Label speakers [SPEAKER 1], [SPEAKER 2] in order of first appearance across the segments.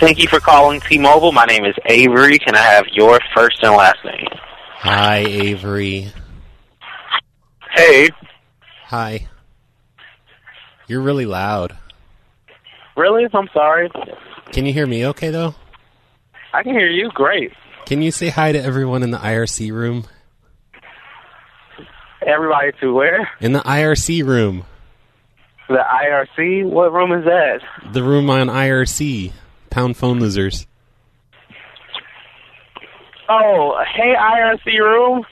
[SPEAKER 1] Thank you for calling T-Mobile. My name is Avery. Can I have your first and last name?
[SPEAKER 2] Hi, Avery.
[SPEAKER 1] Hey,
[SPEAKER 2] Hi. You're really loud.
[SPEAKER 1] really? I'm sorry.
[SPEAKER 2] Can you hear me okay, though?
[SPEAKER 1] I can hear you. Great.
[SPEAKER 2] Can you say hi to everyone in the IRC room?
[SPEAKER 1] Everybody to where?
[SPEAKER 2] In the IRC room.
[SPEAKER 1] The IRC? What room is that?
[SPEAKER 2] The room on IRC. Pound phone losers.
[SPEAKER 1] Oh, hey IRC room.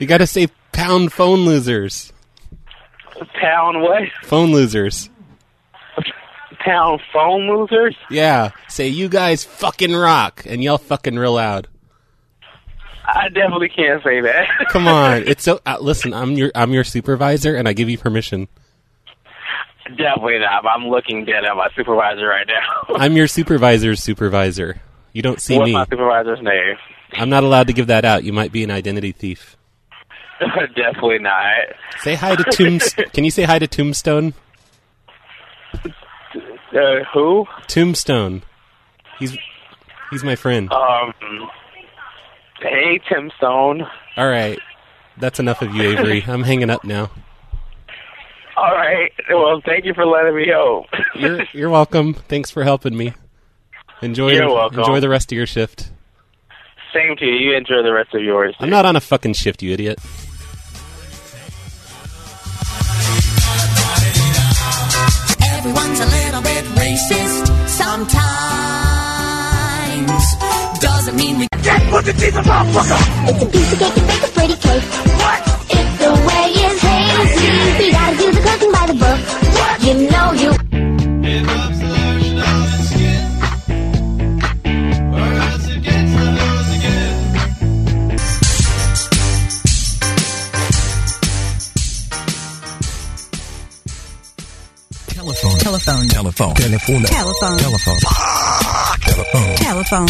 [SPEAKER 2] You gotta say pound phone losers.
[SPEAKER 1] Town what?
[SPEAKER 2] Phone losers.
[SPEAKER 1] Town phone losers?
[SPEAKER 2] Yeah. Say, you guys fucking rock. And yell fucking real loud.
[SPEAKER 1] I definitely can't say that.
[SPEAKER 2] Come on. It's so. Uh, listen, I'm your I'm your supervisor, and I give you permission.
[SPEAKER 1] definitely not. I'm looking dead at my supervisor right now.
[SPEAKER 2] I'm your supervisor's supervisor. You don't see
[SPEAKER 1] What's
[SPEAKER 2] me.
[SPEAKER 1] my supervisor's name?
[SPEAKER 2] I'm not allowed to give that out. You might be an identity thief.
[SPEAKER 1] definitely not.
[SPEAKER 2] Say hi to Tombstone. Can you say hi to Tombstone?
[SPEAKER 1] Uh, who?
[SPEAKER 2] Tombstone. He's he's my friend.
[SPEAKER 1] Um. Hey, Tim Stone.
[SPEAKER 2] All right. That's enough of you, Avery. I'm hanging up now.
[SPEAKER 1] All right. Well, thank you for letting me know.
[SPEAKER 2] You're you're welcome. Thanks for helping me. Enjoy
[SPEAKER 1] You're
[SPEAKER 2] your,
[SPEAKER 1] welcome.
[SPEAKER 2] enjoy the rest of your shift.
[SPEAKER 1] Same to you. You enjoy the rest of yours.
[SPEAKER 2] I'm not on a fucking shift, you idiot.
[SPEAKER 3] Everyone's a little bit racist sometimes. Doesn't mean we
[SPEAKER 4] It's a piece of cake and bake a pretty cake. What? If the way is hazy, we gotta do the cooking by the book. What? You know you.
[SPEAKER 5] Telephone. Telephone. Telephone. Telephone.
[SPEAKER 6] Telephone.
[SPEAKER 5] Telephone. Telephone.
[SPEAKER 6] Telephone.
[SPEAKER 5] Telephone.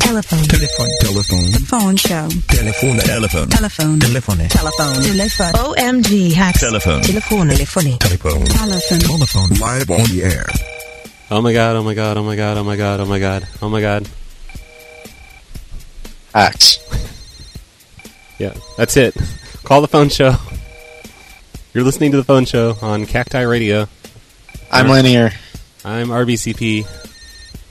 [SPEAKER 6] Telephone.
[SPEAKER 5] Telephone. Telephone.
[SPEAKER 6] Phone show.
[SPEAKER 5] Telephone. Telephone.
[SPEAKER 6] Telephone.
[SPEAKER 5] Telephone.
[SPEAKER 6] Telephone. Telephone. OMG. Hat.
[SPEAKER 5] Telephone.
[SPEAKER 6] Telefone. Telefone. Telephone.
[SPEAKER 5] Telephone. Telephone. Live on the air.
[SPEAKER 2] Oh my god, oh my god, oh my god, oh my god, oh my god, oh my god.
[SPEAKER 7] Axe.
[SPEAKER 2] Yeah, that's it. Call the phone show. You're listening to the phone show on Cacti Radio.
[SPEAKER 7] I'm linear.
[SPEAKER 2] I'm RBCP.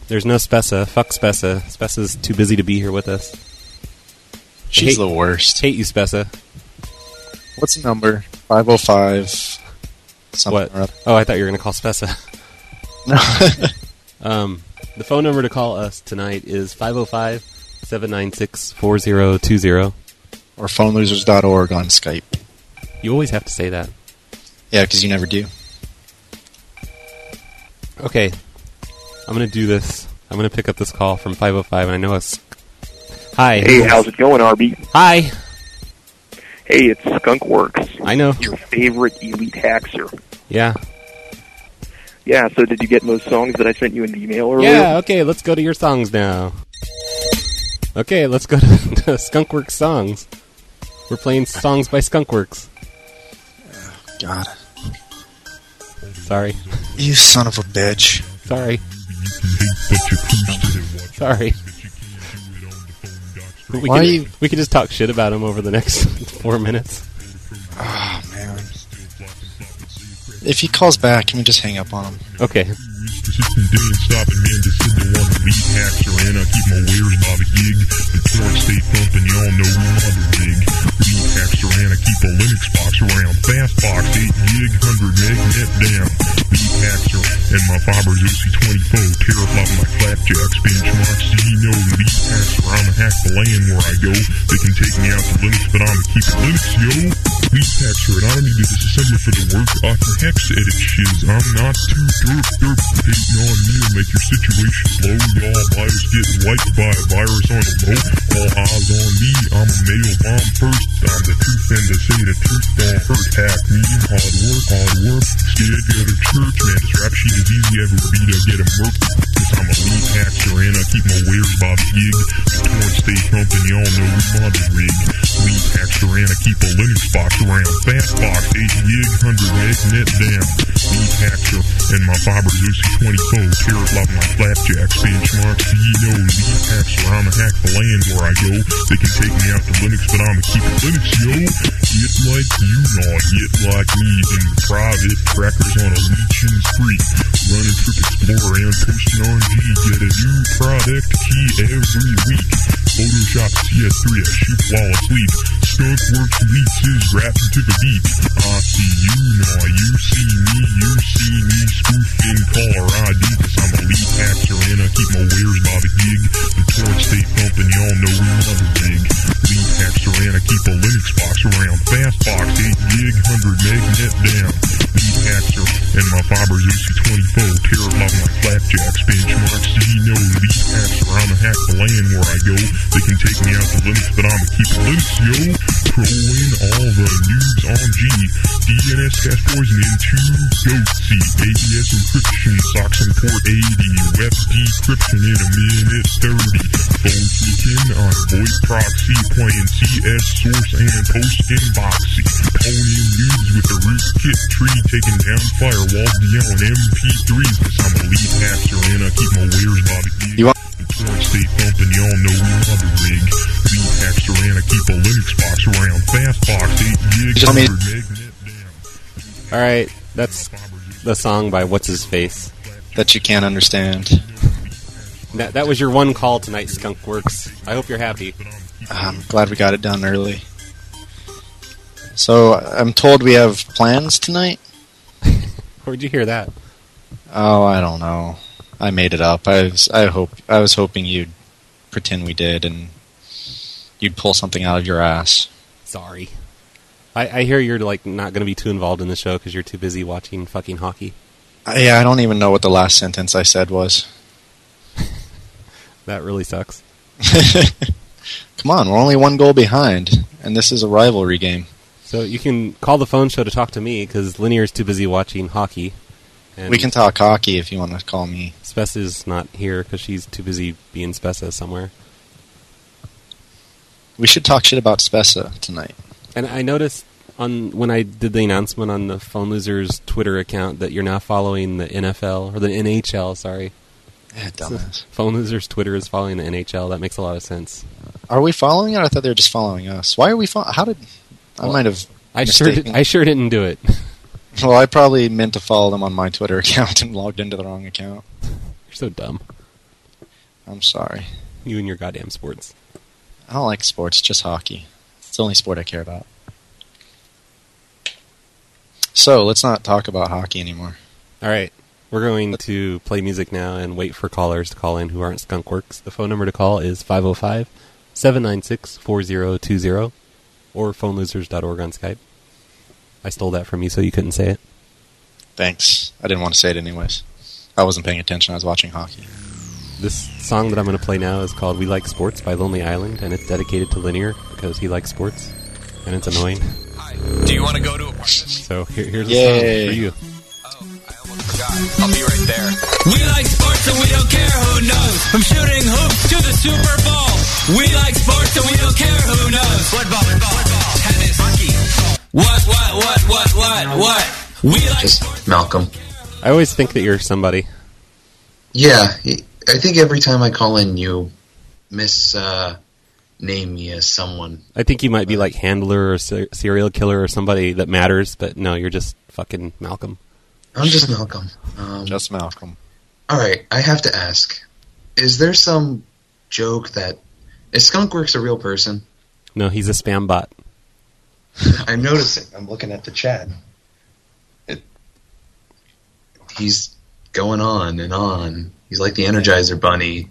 [SPEAKER 2] There's no Spessa. Fuck Spessa. Spessa's too busy to be here with us.
[SPEAKER 7] She's
[SPEAKER 2] Hey.
[SPEAKER 7] the worst.
[SPEAKER 2] Hate you, Spessa.
[SPEAKER 7] What's the number? 505. Something
[SPEAKER 2] What?
[SPEAKER 7] or other.
[SPEAKER 2] Oh, I thought you were going to call Spessa.
[SPEAKER 7] No.
[SPEAKER 2] Um, the phone number to call us tonight is 505 796 4020.
[SPEAKER 7] or phonelosers.org on Skype.
[SPEAKER 2] You always have to say that.
[SPEAKER 7] Yeah, because you never do.
[SPEAKER 2] Okay. I'm going to do this. I'm going to pick up this call from 505, and I know it's. Hi.
[SPEAKER 8] Hey, how's it going, RB?
[SPEAKER 2] Hi.
[SPEAKER 8] Hey, it's Skunk Works,
[SPEAKER 2] I know.
[SPEAKER 8] your favorite elite hacker.
[SPEAKER 2] Yeah.
[SPEAKER 8] Yeah, so did you get those songs that I sent you in the email earlier?
[SPEAKER 2] Yeah, okay, let's go to your songs now. Okay, let's go to, to Skunkworks songs. We're playing songs by Skunkworks.
[SPEAKER 7] God.
[SPEAKER 2] Sorry.
[SPEAKER 7] You son of a bitch.
[SPEAKER 2] Sorry. Sorry. We
[SPEAKER 7] Why
[SPEAKER 2] can,
[SPEAKER 7] are you-
[SPEAKER 2] we can just talk shit about him over the next four minutes.
[SPEAKER 7] Oh, man. If he calls back, can we just hang up on him?
[SPEAKER 2] Okay.
[SPEAKER 9] Linux box around. Fast box, 8 gig, 100 meg, net down. Ruth Hatcher, and my barber Lucy 20 Foes here at Love My Flapjack, saying, Schmarks, do ye know Lee Hatcher, I'm a hack the land where I go. They can take me out to Linux, but I'm a keep it Linux, yo. Get like you, not get like me, in the private, crackers on a legion street. Running Trip Explorer and posting on G, get a new product key every week. Photoshop CS3, I shoot while I sleep. Skunk Works beats his rap to the beat. I see you, now you see me, you see me spoofing caller ID, cause I'm a lead hacker and I keep my wares by the gig. The torch stay pumping, y'all know we love a gig. Lead hacker and I keep a Linux box around. Fast box, 8 gig, 100 meg net down. Lead hacker and my fiber UC24, tear up my flapjacks, benchmarks. Do you know lead hacker? I'm a hack the land where I go. They can take me out to Linux, but I'm a keep it Linux, yo. Trolling all the news on G. DNS gas poison into goatsy. AES encryption, socks and port 80. Web decryption in a minute 30. Phone sneaking on voice proxy, playing CS source and post inboxy. Pwning news with the rootkit tree, taking down firewalls beyond MP3s. Cause I'm a lead hacker and I keep my wares by the gig.
[SPEAKER 7] You want-
[SPEAKER 9] The torch stay thumping, y'all know we love the rig. Lead hacker and I keep a Linux box around. Fast box, 8 gig,
[SPEAKER 7] Just made-
[SPEAKER 9] 100 meg net down.
[SPEAKER 2] All right, that's the song by What's His Face.
[SPEAKER 7] that you can't understand.
[SPEAKER 2] That, that was your one call tonight, Skunk Works. I hope you're happy.
[SPEAKER 7] I'm glad we got it done early. So I'm told we have plans tonight.
[SPEAKER 2] Where'd you hear that?
[SPEAKER 7] Oh, I don't know. I made it up. I was I hope I was hoping you'd pretend we did and you'd pull something out of your ass.
[SPEAKER 2] Sorry. I, I hear you're like not going to be too involved in the show because you're too busy watching fucking hockey.
[SPEAKER 7] I, yeah, I don't even know what the last sentence I said was.
[SPEAKER 2] That really sucks.
[SPEAKER 7] Come on, we're only one goal behind, and this is a rivalry game.
[SPEAKER 2] So you can call the phone show to talk to me because Linear's too busy watching hockey. And
[SPEAKER 7] We can talk hockey if you want to call me.
[SPEAKER 2] Spess is not here because she's too busy being Spessa somewhere.
[SPEAKER 7] We should talk shit about Spessa tonight.
[SPEAKER 2] And I noticed on when I did the announcement on the Phone Losers Twitter account that you're now following the NFL or the NHL. Sorry,
[SPEAKER 7] Eh, dumbass.
[SPEAKER 2] Phone Losers Twitter is following the NHL. That makes a lot of sense.
[SPEAKER 7] Are we following it? I thought they were just following us. Why are we following? How did I might have?
[SPEAKER 2] I sure, did,
[SPEAKER 7] mistaken-
[SPEAKER 2] I sure didn't do it. you're
[SPEAKER 7] well, I probably meant to follow them on my Twitter account and logged into the wrong account.
[SPEAKER 2] so dumb.
[SPEAKER 7] I'm sorry.
[SPEAKER 2] You and your goddamn sports.
[SPEAKER 7] I don't like sports, just hockey. It's the only sport I care about. So let's not talk about hockey anymore.
[SPEAKER 2] All right. We're going to play music now and wait for callers to call in who aren't skunkworks. The phone number to call is 505 796 4020 or phonelosers.org on Skype. I stole that from you so you couldn't say it.
[SPEAKER 7] Thanks. I didn't want to say it anyways. I wasn't paying attention. I was watching hockey.
[SPEAKER 2] This song that I'm going to play now is called We Like Sports by Lonely Island and it's dedicated to Linear because he likes sports and it's annoying.
[SPEAKER 10] Do you want to go to a party?
[SPEAKER 2] So here, here's a
[SPEAKER 7] Yay.
[SPEAKER 2] song for you.
[SPEAKER 10] Oh, I almost forgot. I'll be right there. We like sports and we don't care who knows. From shooting hoops to the Super Bowl. We like sports and we don't care who knows. Football, football, football tennis, hockey. What, what, what, what, what, what? We like sports.
[SPEAKER 11] Just Malcolm.
[SPEAKER 2] I always think that you're somebody.
[SPEAKER 11] Yeah, I think every time I call in, you miss uh, name me as someone.
[SPEAKER 2] I think you might be like handler or ser- serial killer or somebody that matters, but no, you're just fucking Malcolm.
[SPEAKER 11] I'm just Malcolm. Um,
[SPEAKER 7] Just Malcolm.
[SPEAKER 11] all right, I have to ask: Is there some joke that is Skunkworks a real person?
[SPEAKER 2] No, he's a spam bot.
[SPEAKER 11] I'm noticing. I'm looking at the chat. It, he's going on and on. He's like the Energizer Bunny,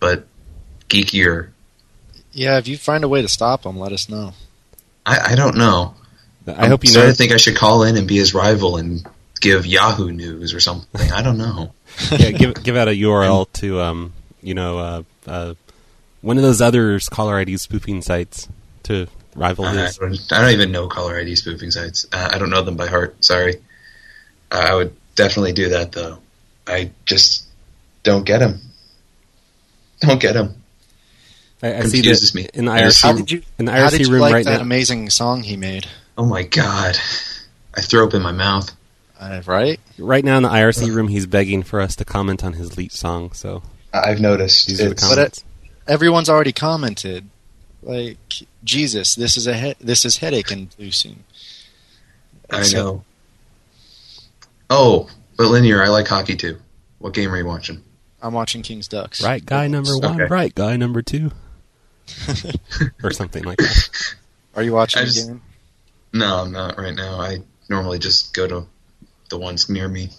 [SPEAKER 11] but geekier.
[SPEAKER 7] Yeah, if you find a way to stop him, let us know.
[SPEAKER 11] I, I don't know.
[SPEAKER 2] I hope you
[SPEAKER 11] starting
[SPEAKER 2] know.
[SPEAKER 11] to think I should call in and be his rival and give Yahoo News or something. I don't know.
[SPEAKER 2] yeah, give give out a URL to um, you know, uh, uh, one of those other caller ID spoofing sites to rival
[SPEAKER 11] I,
[SPEAKER 2] his.
[SPEAKER 11] don't, I don't even know caller ID spoofing sites. Uh, I don't know them by heart. Sorry. Uh, I would definitely do that though. I just don't get him. Don't get him.
[SPEAKER 2] I, I see
[SPEAKER 11] Confuses
[SPEAKER 2] that
[SPEAKER 11] me.
[SPEAKER 2] in the
[SPEAKER 11] I just
[SPEAKER 2] IRC,
[SPEAKER 11] see- How
[SPEAKER 2] room-
[SPEAKER 11] did you-
[SPEAKER 2] in the
[SPEAKER 7] How did
[SPEAKER 2] IRC
[SPEAKER 7] you
[SPEAKER 2] room
[SPEAKER 7] like
[SPEAKER 2] right
[SPEAKER 7] that
[SPEAKER 2] now.
[SPEAKER 7] amazing song he made?
[SPEAKER 11] Oh my god! I threw up in my mouth.
[SPEAKER 7] I right?
[SPEAKER 2] Right now in the IRC room, he's begging for us to comment on his leech song. So
[SPEAKER 11] I've noticed.
[SPEAKER 2] These are the
[SPEAKER 11] It's-
[SPEAKER 2] comments.
[SPEAKER 11] but
[SPEAKER 7] But e- everyone's already commented. Like Jesus, this is a he- this is headache inducing.
[SPEAKER 11] I
[SPEAKER 7] So-
[SPEAKER 11] know. Oh, but Linear, I like hockey too. What game are you watching?
[SPEAKER 7] I'm watching King's Ducks.
[SPEAKER 2] Right guy number one,
[SPEAKER 11] Okay.
[SPEAKER 2] right guy number two, or something like that.
[SPEAKER 7] Are you watching
[SPEAKER 11] I
[SPEAKER 7] the
[SPEAKER 11] just-
[SPEAKER 7] game?
[SPEAKER 11] No, I'm not right now. I normally just go to the ones near me.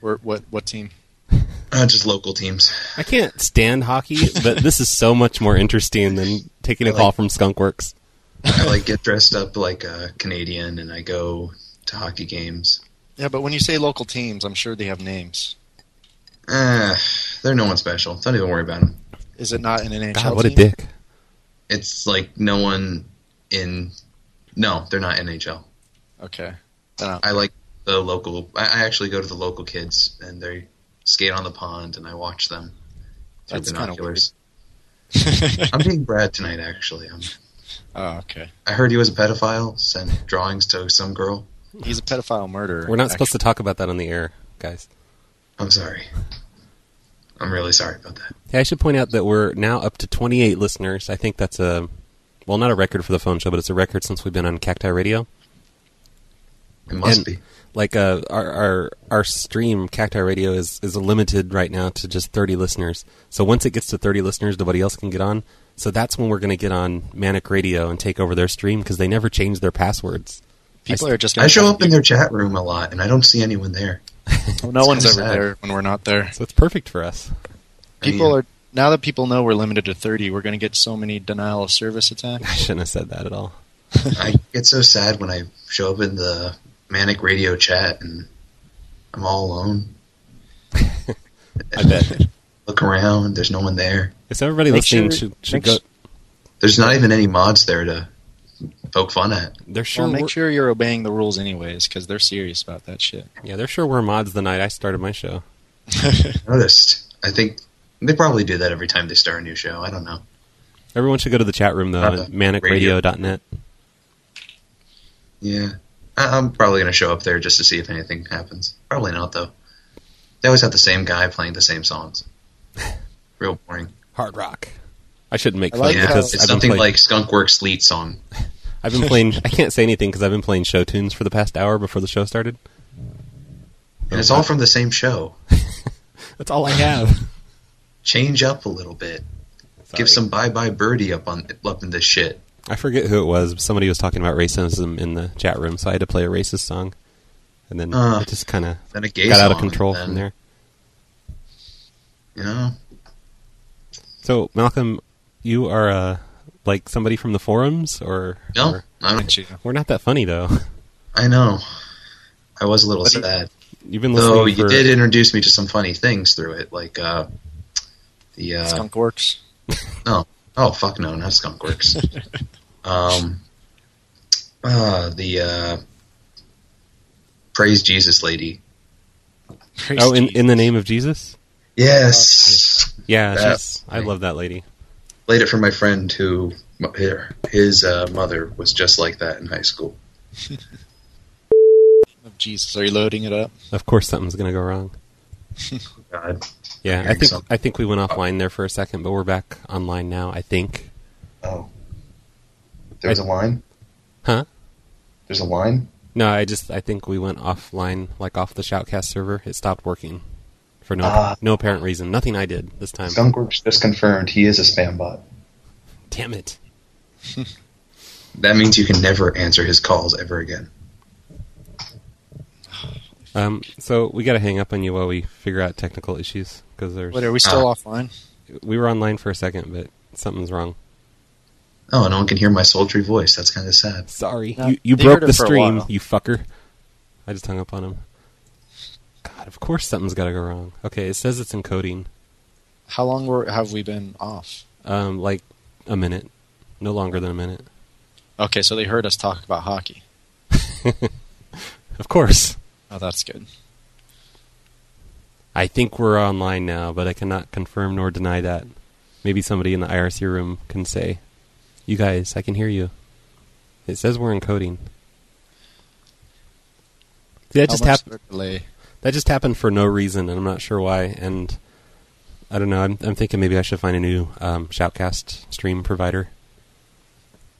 [SPEAKER 7] Or what what team?
[SPEAKER 11] Uh, just local teams.
[SPEAKER 2] I can't stand hockey, but this is so much more interesting than taking a call from Skunkworks.
[SPEAKER 11] I like get dressed up like a Canadian and I go to hockey games.
[SPEAKER 7] Yeah, but when you say local teams, I'm sure they have names.
[SPEAKER 11] Eh, they're no one special. Don't even worry about them.
[SPEAKER 7] Is it not an NHL
[SPEAKER 2] God, what a
[SPEAKER 7] team?
[SPEAKER 2] dick!
[SPEAKER 11] It's like no one in. No, they're not NHL.
[SPEAKER 7] Okay. Uh,
[SPEAKER 11] I like the local. I, I actually go to the local kids and they skate on the pond and I watch them through
[SPEAKER 7] That's kinda
[SPEAKER 11] binoculars. I'm being Brad tonight. Actually, I'm,
[SPEAKER 7] oh, okay.
[SPEAKER 11] I heard he was a pedophile. Sent drawings to some girl.
[SPEAKER 7] He's a pedophile murderer.
[SPEAKER 2] We're not supposed to talk about that on the air, guys.
[SPEAKER 11] I'm sorry. I'm really sorry about that.
[SPEAKER 2] Hey, I should point out that we're now up to 28 listeners. I think that's a well, not a record for the phone show, but it's a record since we've been on Cacti Radio.
[SPEAKER 11] It must
[SPEAKER 2] And-
[SPEAKER 11] be.
[SPEAKER 2] Like uh, our our our stream, Cacti Radio is is limited right now to just 30 listeners. So once it gets to 30 listeners, nobody else can get on. So that's when we're going to get on Manic Radio and take over their stream because they never change their passwords.
[SPEAKER 7] People
[SPEAKER 2] I s-
[SPEAKER 7] are just going
[SPEAKER 11] I show up in their chat room a lot and I don't see anyone there.
[SPEAKER 7] No one's
[SPEAKER 11] kinda
[SPEAKER 7] ever
[SPEAKER 11] sad.
[SPEAKER 7] there when we're not there.
[SPEAKER 2] So it's perfect for us.
[SPEAKER 7] People
[SPEAKER 11] yeah.
[SPEAKER 7] are now that people know we're limited to 30, we're going to get so many denial of service attacks.
[SPEAKER 2] I shouldn't have said that at all.
[SPEAKER 11] I get so sad when I show up in the manic radio chat and I'm all alone.
[SPEAKER 2] I bet.
[SPEAKER 11] Look around. There's no one there.
[SPEAKER 2] So everybody
[SPEAKER 7] Make
[SPEAKER 2] listening
[SPEAKER 7] sure-
[SPEAKER 2] should, should
[SPEAKER 7] make
[SPEAKER 2] go.
[SPEAKER 7] s-
[SPEAKER 11] There's not even any mods there to poke fun at.
[SPEAKER 2] They're sure.
[SPEAKER 7] Well, make
[SPEAKER 2] we're-
[SPEAKER 7] sure you're obeying the rules anyways cuz they're serious about that shit.
[SPEAKER 2] Yeah, they're sure we're mods the night I started my show.
[SPEAKER 11] Noticed. I think they probably do that every time they start a new show. I don't know.
[SPEAKER 2] Everyone should go to the chat room though
[SPEAKER 11] Uh,
[SPEAKER 2] at manicradio.net.
[SPEAKER 11] Yeah. I- I'm probably going to show up there just to see if anything happens. Probably not, though. They always have the same guy playing the same songs. Real boring.
[SPEAKER 2] Hard rock. I shouldn't make
[SPEAKER 7] I
[SPEAKER 2] fun
[SPEAKER 7] like how-
[SPEAKER 2] because
[SPEAKER 11] It's
[SPEAKER 2] I've been,
[SPEAKER 11] something
[SPEAKER 2] playing,
[SPEAKER 11] like Skunkworks' lead song.
[SPEAKER 2] I've been playing. I can't say anything because I've been playing show tunes for the past hour before the show started.
[SPEAKER 11] And it's all from the same show.
[SPEAKER 2] That's all I have.
[SPEAKER 11] Change up a little bit. Give some bye bye birdie up on up in this shit.
[SPEAKER 2] I forget who it was. But somebody was talking about racism in the chat room, so I had to play a racist song, and then
[SPEAKER 11] Uh,
[SPEAKER 2] it just kind of
[SPEAKER 11] Then a gay
[SPEAKER 2] got out of
[SPEAKER 11] song,
[SPEAKER 2] control
[SPEAKER 11] and
[SPEAKER 2] from
[SPEAKER 11] then,
[SPEAKER 2] there.
[SPEAKER 11] You know,
[SPEAKER 2] So Malcolm, you are uh, like somebody from the forums, or
[SPEAKER 11] no,
[SPEAKER 2] or-
[SPEAKER 11] I don't.
[SPEAKER 7] Aren't you?
[SPEAKER 2] we're not that funny though.
[SPEAKER 11] I know. I was a little
[SPEAKER 7] do you-
[SPEAKER 11] sad.
[SPEAKER 2] You've been listening.
[SPEAKER 11] Though you
[SPEAKER 2] for,
[SPEAKER 11] did introduce me to some funny things through it, like uh, the uh,
[SPEAKER 7] Skunk Works.
[SPEAKER 11] oh fuck no, not Skunkworks. um, uh, the uh, praise Jesus lady.
[SPEAKER 2] Oh, in, in the name of Jesus.
[SPEAKER 11] Yes,
[SPEAKER 2] Yeah,
[SPEAKER 11] That's
[SPEAKER 2] she's, I
[SPEAKER 11] right.
[SPEAKER 2] love that lady.
[SPEAKER 11] played it for my friend who her- his uh, mother was just like that in high school.
[SPEAKER 7] of Oh, Jesus. Are you loading it up?
[SPEAKER 2] Of course, something's gonna go wrong.
[SPEAKER 11] Oh, God,
[SPEAKER 2] Yeah, I
[SPEAKER 11] Hearing
[SPEAKER 2] think
[SPEAKER 11] something.
[SPEAKER 2] I think we went offline there for a second, but we're back online now. I think.
[SPEAKER 11] oh, there was a line.
[SPEAKER 2] Huh?
[SPEAKER 11] There's a line.
[SPEAKER 2] No, I just I think we went offline, like off the Shoutcast server. It stopped working for no
[SPEAKER 11] Ah.
[SPEAKER 2] no apparent reason. Nothing I did this time.
[SPEAKER 11] Skunkworks just confirmed he is a spam bot.
[SPEAKER 2] Damn it!
[SPEAKER 11] That means you can never answer his calls ever again.
[SPEAKER 2] Um, so we got to hang up on you while we figure out technical issues because there's
[SPEAKER 7] Wait, are
[SPEAKER 11] Ah.
[SPEAKER 7] we still offline?
[SPEAKER 2] we were online for a second, but something's wrong.
[SPEAKER 11] Oh, no one can hear my sultry voice. That's kind of sad.
[SPEAKER 2] Sorry,
[SPEAKER 7] No,
[SPEAKER 2] you you
[SPEAKER 7] they
[SPEAKER 2] broke
[SPEAKER 7] heard it
[SPEAKER 2] the
[SPEAKER 7] for a
[SPEAKER 2] stream,
[SPEAKER 7] while.
[SPEAKER 2] you fucker. I just hung up on him. God, of course something's got to go wrong. Okay, it says it's encoding.
[SPEAKER 7] How long were, have we been off?
[SPEAKER 2] Um, like a minute, no longer than a minute.
[SPEAKER 7] Okay, so they heard us talk about hockey.
[SPEAKER 2] Of course.
[SPEAKER 7] Oh, that's good.
[SPEAKER 2] I think we're online now, but I cannot confirm nor deny that. Maybe somebody in the IRC room can say, "You guys, I can hear you." It says we're encoding. See, that just
[SPEAKER 7] How much
[SPEAKER 2] happened.
[SPEAKER 7] circulate?
[SPEAKER 2] That just happened for no reason, and I'm not sure why. And I don't know. I'm, I'm thinking maybe I should find a new um, Shoutcast stream provider.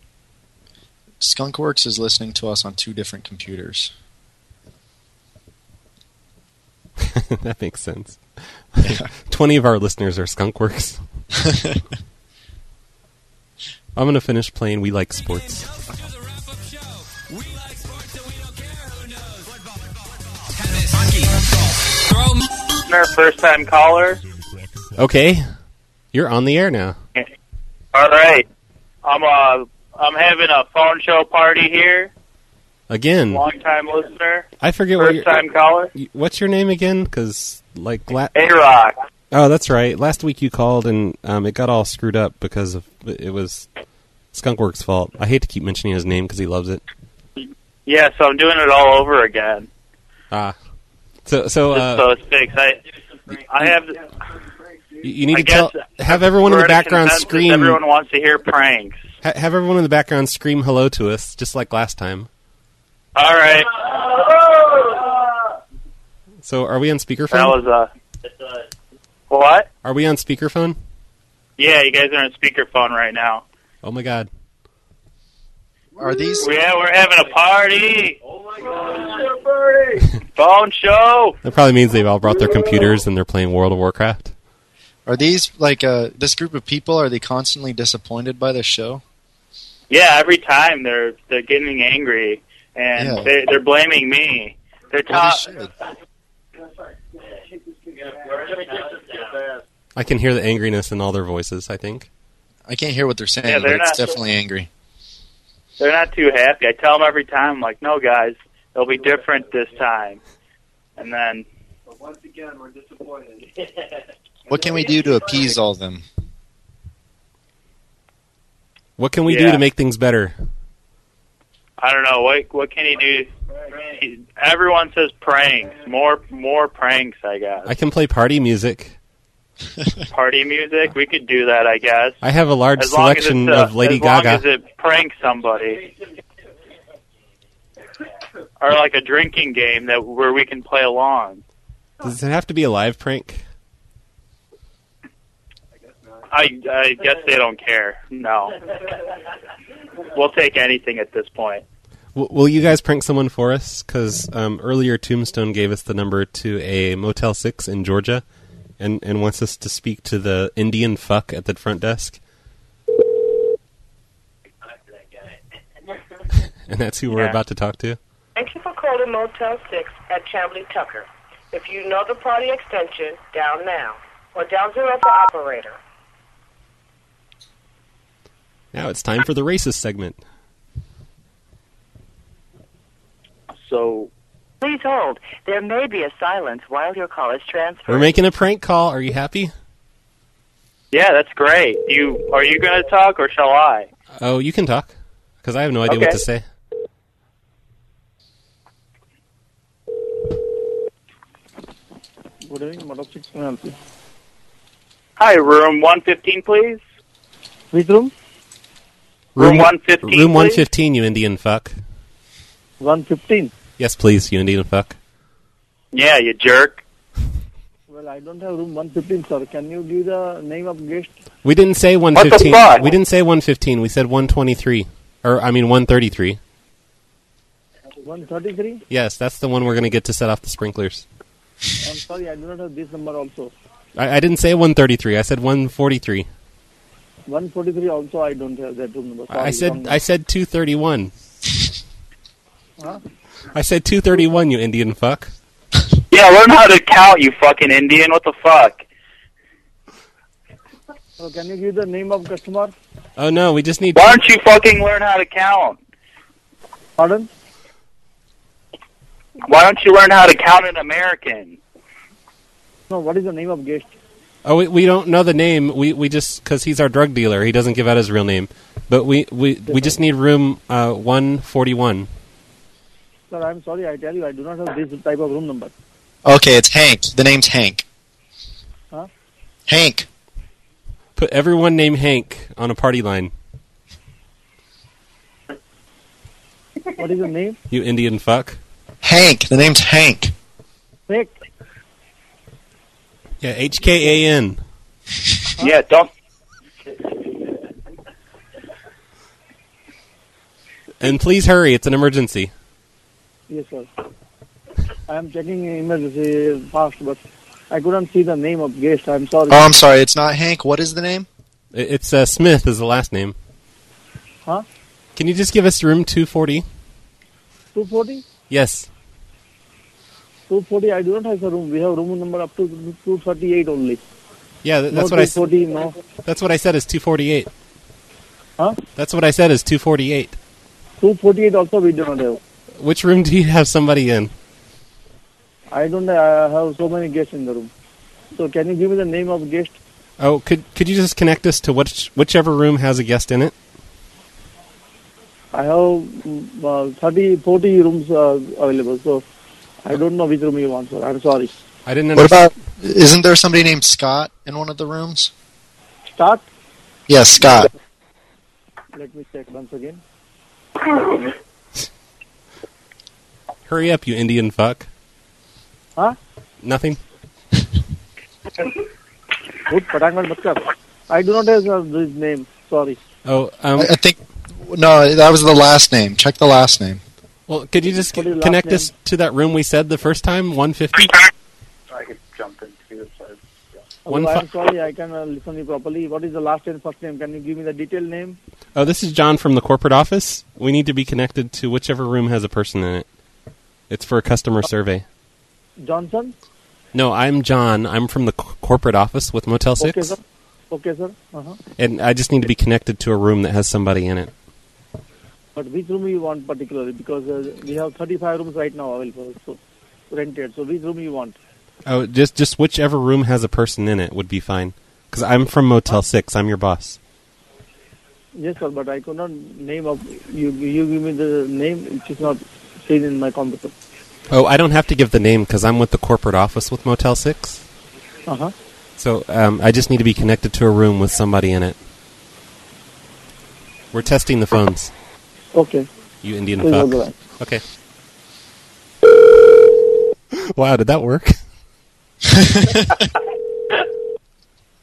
[SPEAKER 7] Skunkworks is listening to us on two different computers.
[SPEAKER 2] that makes sense. Twenty of our listeners are Skunkworks. I'm gonna finish playing We Like Sports.
[SPEAKER 12] Our first time caller.
[SPEAKER 2] Okay, you're on the air now.
[SPEAKER 12] All right, I'm uh, I'm having a phone show party here.
[SPEAKER 2] Again,
[SPEAKER 12] Long time listener,
[SPEAKER 2] I forget what
[SPEAKER 12] first
[SPEAKER 2] your,
[SPEAKER 12] time caller.
[SPEAKER 2] what's your name again? Because like la-
[SPEAKER 12] A Rock.
[SPEAKER 2] Oh, that's right. Last week you called and um, it got all screwed up because of it was Skunkworks' fault. I hate to keep mentioning his name because he loves it.
[SPEAKER 12] Yeah, so I'm doing it all over again.
[SPEAKER 2] Ah, so so
[SPEAKER 12] Just
[SPEAKER 2] uh,
[SPEAKER 12] so it's fixed. I I have.
[SPEAKER 2] you- you need
[SPEAKER 12] I
[SPEAKER 2] to
[SPEAKER 12] guess
[SPEAKER 2] tell have everyone in
[SPEAKER 12] we're
[SPEAKER 2] the
[SPEAKER 12] at a
[SPEAKER 2] background
[SPEAKER 12] consensus.
[SPEAKER 2] scream.
[SPEAKER 12] Everyone wants to hear pranks.
[SPEAKER 2] ha- have everyone in the background scream hello to us, just like last time.
[SPEAKER 12] All right,
[SPEAKER 2] So are we on speakerphone?
[SPEAKER 12] that was uh, a. What?
[SPEAKER 2] Are we on speakerphone?
[SPEAKER 12] Yeah, you guys are on speakerphone right now.
[SPEAKER 2] Oh my god!
[SPEAKER 7] Are these?
[SPEAKER 12] Yeah, we're having a party. Oh my god, phone show.
[SPEAKER 2] That probably means they've all brought their computers and they're playing World of Warcraft.
[SPEAKER 7] Are these like uh, this group of people? Are they constantly disappointed by the show?
[SPEAKER 12] Yeah, every time they're they're getting angry and
[SPEAKER 7] Yeah.
[SPEAKER 12] they they're blaming me. They're
[SPEAKER 7] Well,
[SPEAKER 12] top.
[SPEAKER 2] I can hear the angriness in all their voices. I think.
[SPEAKER 7] I can't hear what they're saying,
[SPEAKER 12] Yeah,
[SPEAKER 7] but
[SPEAKER 12] they're
[SPEAKER 7] it's
[SPEAKER 12] not-
[SPEAKER 7] definitely angry.
[SPEAKER 12] They're not too happy. I tell them every time, I'm like, no, guys, it'll be different this time. And then
[SPEAKER 1] But once again, we're disappointed.
[SPEAKER 7] What can we do to appease all of them?
[SPEAKER 2] What can we do
[SPEAKER 12] Yeah.
[SPEAKER 2] to make things better?
[SPEAKER 12] I don't know what what can he do. He- Everyone says pranks, more more pranks. I guess
[SPEAKER 2] I can play party music.
[SPEAKER 12] party music. We could do that. I guess.
[SPEAKER 2] I have a large
[SPEAKER 12] As long as
[SPEAKER 2] selection
[SPEAKER 12] it's, uh,
[SPEAKER 2] of Lady
[SPEAKER 12] as long
[SPEAKER 2] Gaga.
[SPEAKER 12] as it pranks somebody, or like a drinking game that where we can play along.
[SPEAKER 2] Does it have to be a live prank?
[SPEAKER 12] I I guess they don't care. No, we'll take anything at this point.
[SPEAKER 2] W- will you guys prank someone for us? Because um, earlier Tombstone gave us the number to a Motel 6 in Georgia and, and wants us to speak to the Indian fuck at the front desk. And that's who we're
[SPEAKER 13] Yeah.
[SPEAKER 2] about to talk to.
[SPEAKER 13] Thank you for calling Motel 6 at Chambly Tucker. If you know the party extension, down now. Or down zero for operator.
[SPEAKER 2] Now it's time for the racist segment.
[SPEAKER 12] So.
[SPEAKER 14] Please hold. There may be a silence while your call is transferred.
[SPEAKER 2] We're making a prank call. Are you happy?
[SPEAKER 12] Yeah, that's great. You are you going to talk or shall I?
[SPEAKER 2] Oh, you can talk. Because I have no idea what
[SPEAKER 12] Okay.
[SPEAKER 2] to say.
[SPEAKER 12] Hi, room one fifteen, please.
[SPEAKER 15] Which room?
[SPEAKER 12] Room 115,
[SPEAKER 2] Room
[SPEAKER 12] please.
[SPEAKER 2] 115, you Indian fuck.
[SPEAKER 15] 115.
[SPEAKER 2] Yes, please, you Indian fuck.
[SPEAKER 12] Yeah, you jerk.
[SPEAKER 15] Well, I don't have room 115, sir. Can you give the name of guest?
[SPEAKER 2] We didn't say
[SPEAKER 15] What the
[SPEAKER 2] 115.
[SPEAKER 15] fuck?
[SPEAKER 2] We didn't say 115. We said 123. Or, I mean, 133.
[SPEAKER 15] 133?
[SPEAKER 2] Yes, that's the one we're going to get to set off the sprinklers.
[SPEAKER 15] I'm sorry, I do not have this number also.
[SPEAKER 2] I, I didn't say 133. I said 143.
[SPEAKER 15] 143 also, I don't have that room number. Sorry,
[SPEAKER 2] I
[SPEAKER 15] wrong
[SPEAKER 2] said
[SPEAKER 15] number.
[SPEAKER 2] I said 231.
[SPEAKER 15] Huh?
[SPEAKER 2] I said 231, you Indian fuck.
[SPEAKER 12] Yeah, learn how to count, you fucking Indian. What the fuck?
[SPEAKER 15] So can you give the name of customer?
[SPEAKER 2] Oh, no, we just need.
[SPEAKER 12] Why don't you fucking learn how to count?
[SPEAKER 15] Pardon?
[SPEAKER 12] Why don't you learn how to count an American?
[SPEAKER 15] No, what is the name of guest?
[SPEAKER 2] Oh, we, we don't know the name. We, we just. Because he's our drug dealer. He doesn't give out his real name. But we, we, we just need room uh, 141.
[SPEAKER 15] Sir, I'm sorry, I tell you, I do not have this type of room number.
[SPEAKER 7] Okay, it's Hank. The name's Hank.
[SPEAKER 15] Huh?
[SPEAKER 7] Hank.
[SPEAKER 2] Put everyone named Hank on a party line,
[SPEAKER 15] What is the name?
[SPEAKER 2] you Indian fuck.
[SPEAKER 7] Hank. The name's Hank.
[SPEAKER 15] Rick.
[SPEAKER 2] Yeah, H K A N.
[SPEAKER 12] Yeah, don't.
[SPEAKER 2] And please hurry, it's an emergency.
[SPEAKER 15] Yes, sir. I am checking emergency fast, but I couldn't see the name of guest. I'm sorry.
[SPEAKER 7] Oh, I'm sorry. It's not Hank. What is the name?
[SPEAKER 2] I- It's uh, Smith is the last name.
[SPEAKER 15] Huh?
[SPEAKER 2] Can you just give us room 240?
[SPEAKER 15] 240?
[SPEAKER 2] Yes.
[SPEAKER 15] 240, I do not have the room. We have room number up to 238 only.
[SPEAKER 2] Yeah, th- that's
[SPEAKER 15] no
[SPEAKER 2] what I s-
[SPEAKER 15] 240, no.
[SPEAKER 2] that's what I said is 248.
[SPEAKER 15] Huh?
[SPEAKER 2] That's what I said is 248.
[SPEAKER 15] 248 also we do not have.
[SPEAKER 2] Which room do you have somebody in?
[SPEAKER 15] I don't uh, have so many guests in the room. So can you give me the name of guest?
[SPEAKER 2] Oh, could could you just connect us to which whichever room has a guest in it?
[SPEAKER 15] I have mm, uh, 30, 40 rooms uh, available. So I don't know which room you want, sir. I'm sorry.
[SPEAKER 2] I didn't.
[SPEAKER 7] What about? Isn't there somebody named Scott in one of the rooms?
[SPEAKER 15] Scott?
[SPEAKER 7] Yeah, Scott.
[SPEAKER 15] Let me check once again.
[SPEAKER 2] Hurry up, you Indian fuck.
[SPEAKER 15] Huh?
[SPEAKER 2] Nothing.
[SPEAKER 15] Good, Patangal Matkar. I do not have uh, this name. Sorry.
[SPEAKER 2] Oh,
[SPEAKER 7] I, I think. No, that was the last name. Check the last name.
[SPEAKER 2] Well, could you just
[SPEAKER 15] What is last
[SPEAKER 2] connect
[SPEAKER 15] name?
[SPEAKER 2] us to that room we said the first time, 150?
[SPEAKER 1] I could jump into it. So, yeah.
[SPEAKER 2] One
[SPEAKER 15] Although I
[SPEAKER 2] fi-
[SPEAKER 15] am sorry, I can uh, listen you properly. What is the last and first name? Can you give me the detailed name?
[SPEAKER 2] Oh, this is John from the corporate office. We need to be connected to whichever room has a person in it. It's for a customer survey.
[SPEAKER 15] Johnson?
[SPEAKER 2] No, I'm John. I'm from the c- corporate office with Motel 6.
[SPEAKER 15] Okay, sir. Okay, sir. Uh-huh.
[SPEAKER 2] And I just need to be connected to a room that has somebody in it.
[SPEAKER 15] But which room you want particularly? Because uh, we have 35 rooms right now available, so rented. So which room you want?
[SPEAKER 2] Oh, just just whichever room has a person in it would be fine. Because I'm from Motel 6. I'm your boss.
[SPEAKER 15] Yes, sir. But I could not name of you. You give me the name. It is not seen in my computer.
[SPEAKER 2] Oh, I don't have to give the name because I'm with the corporate office with Motel 6.
[SPEAKER 15] Uh huh.
[SPEAKER 2] So um, I just need to be connected to a room with somebody in it. We're testing the phones.
[SPEAKER 15] Okay.
[SPEAKER 2] You Indian
[SPEAKER 15] Please
[SPEAKER 2] fuck.
[SPEAKER 15] hold the line.
[SPEAKER 2] Okay. Wow, did that work?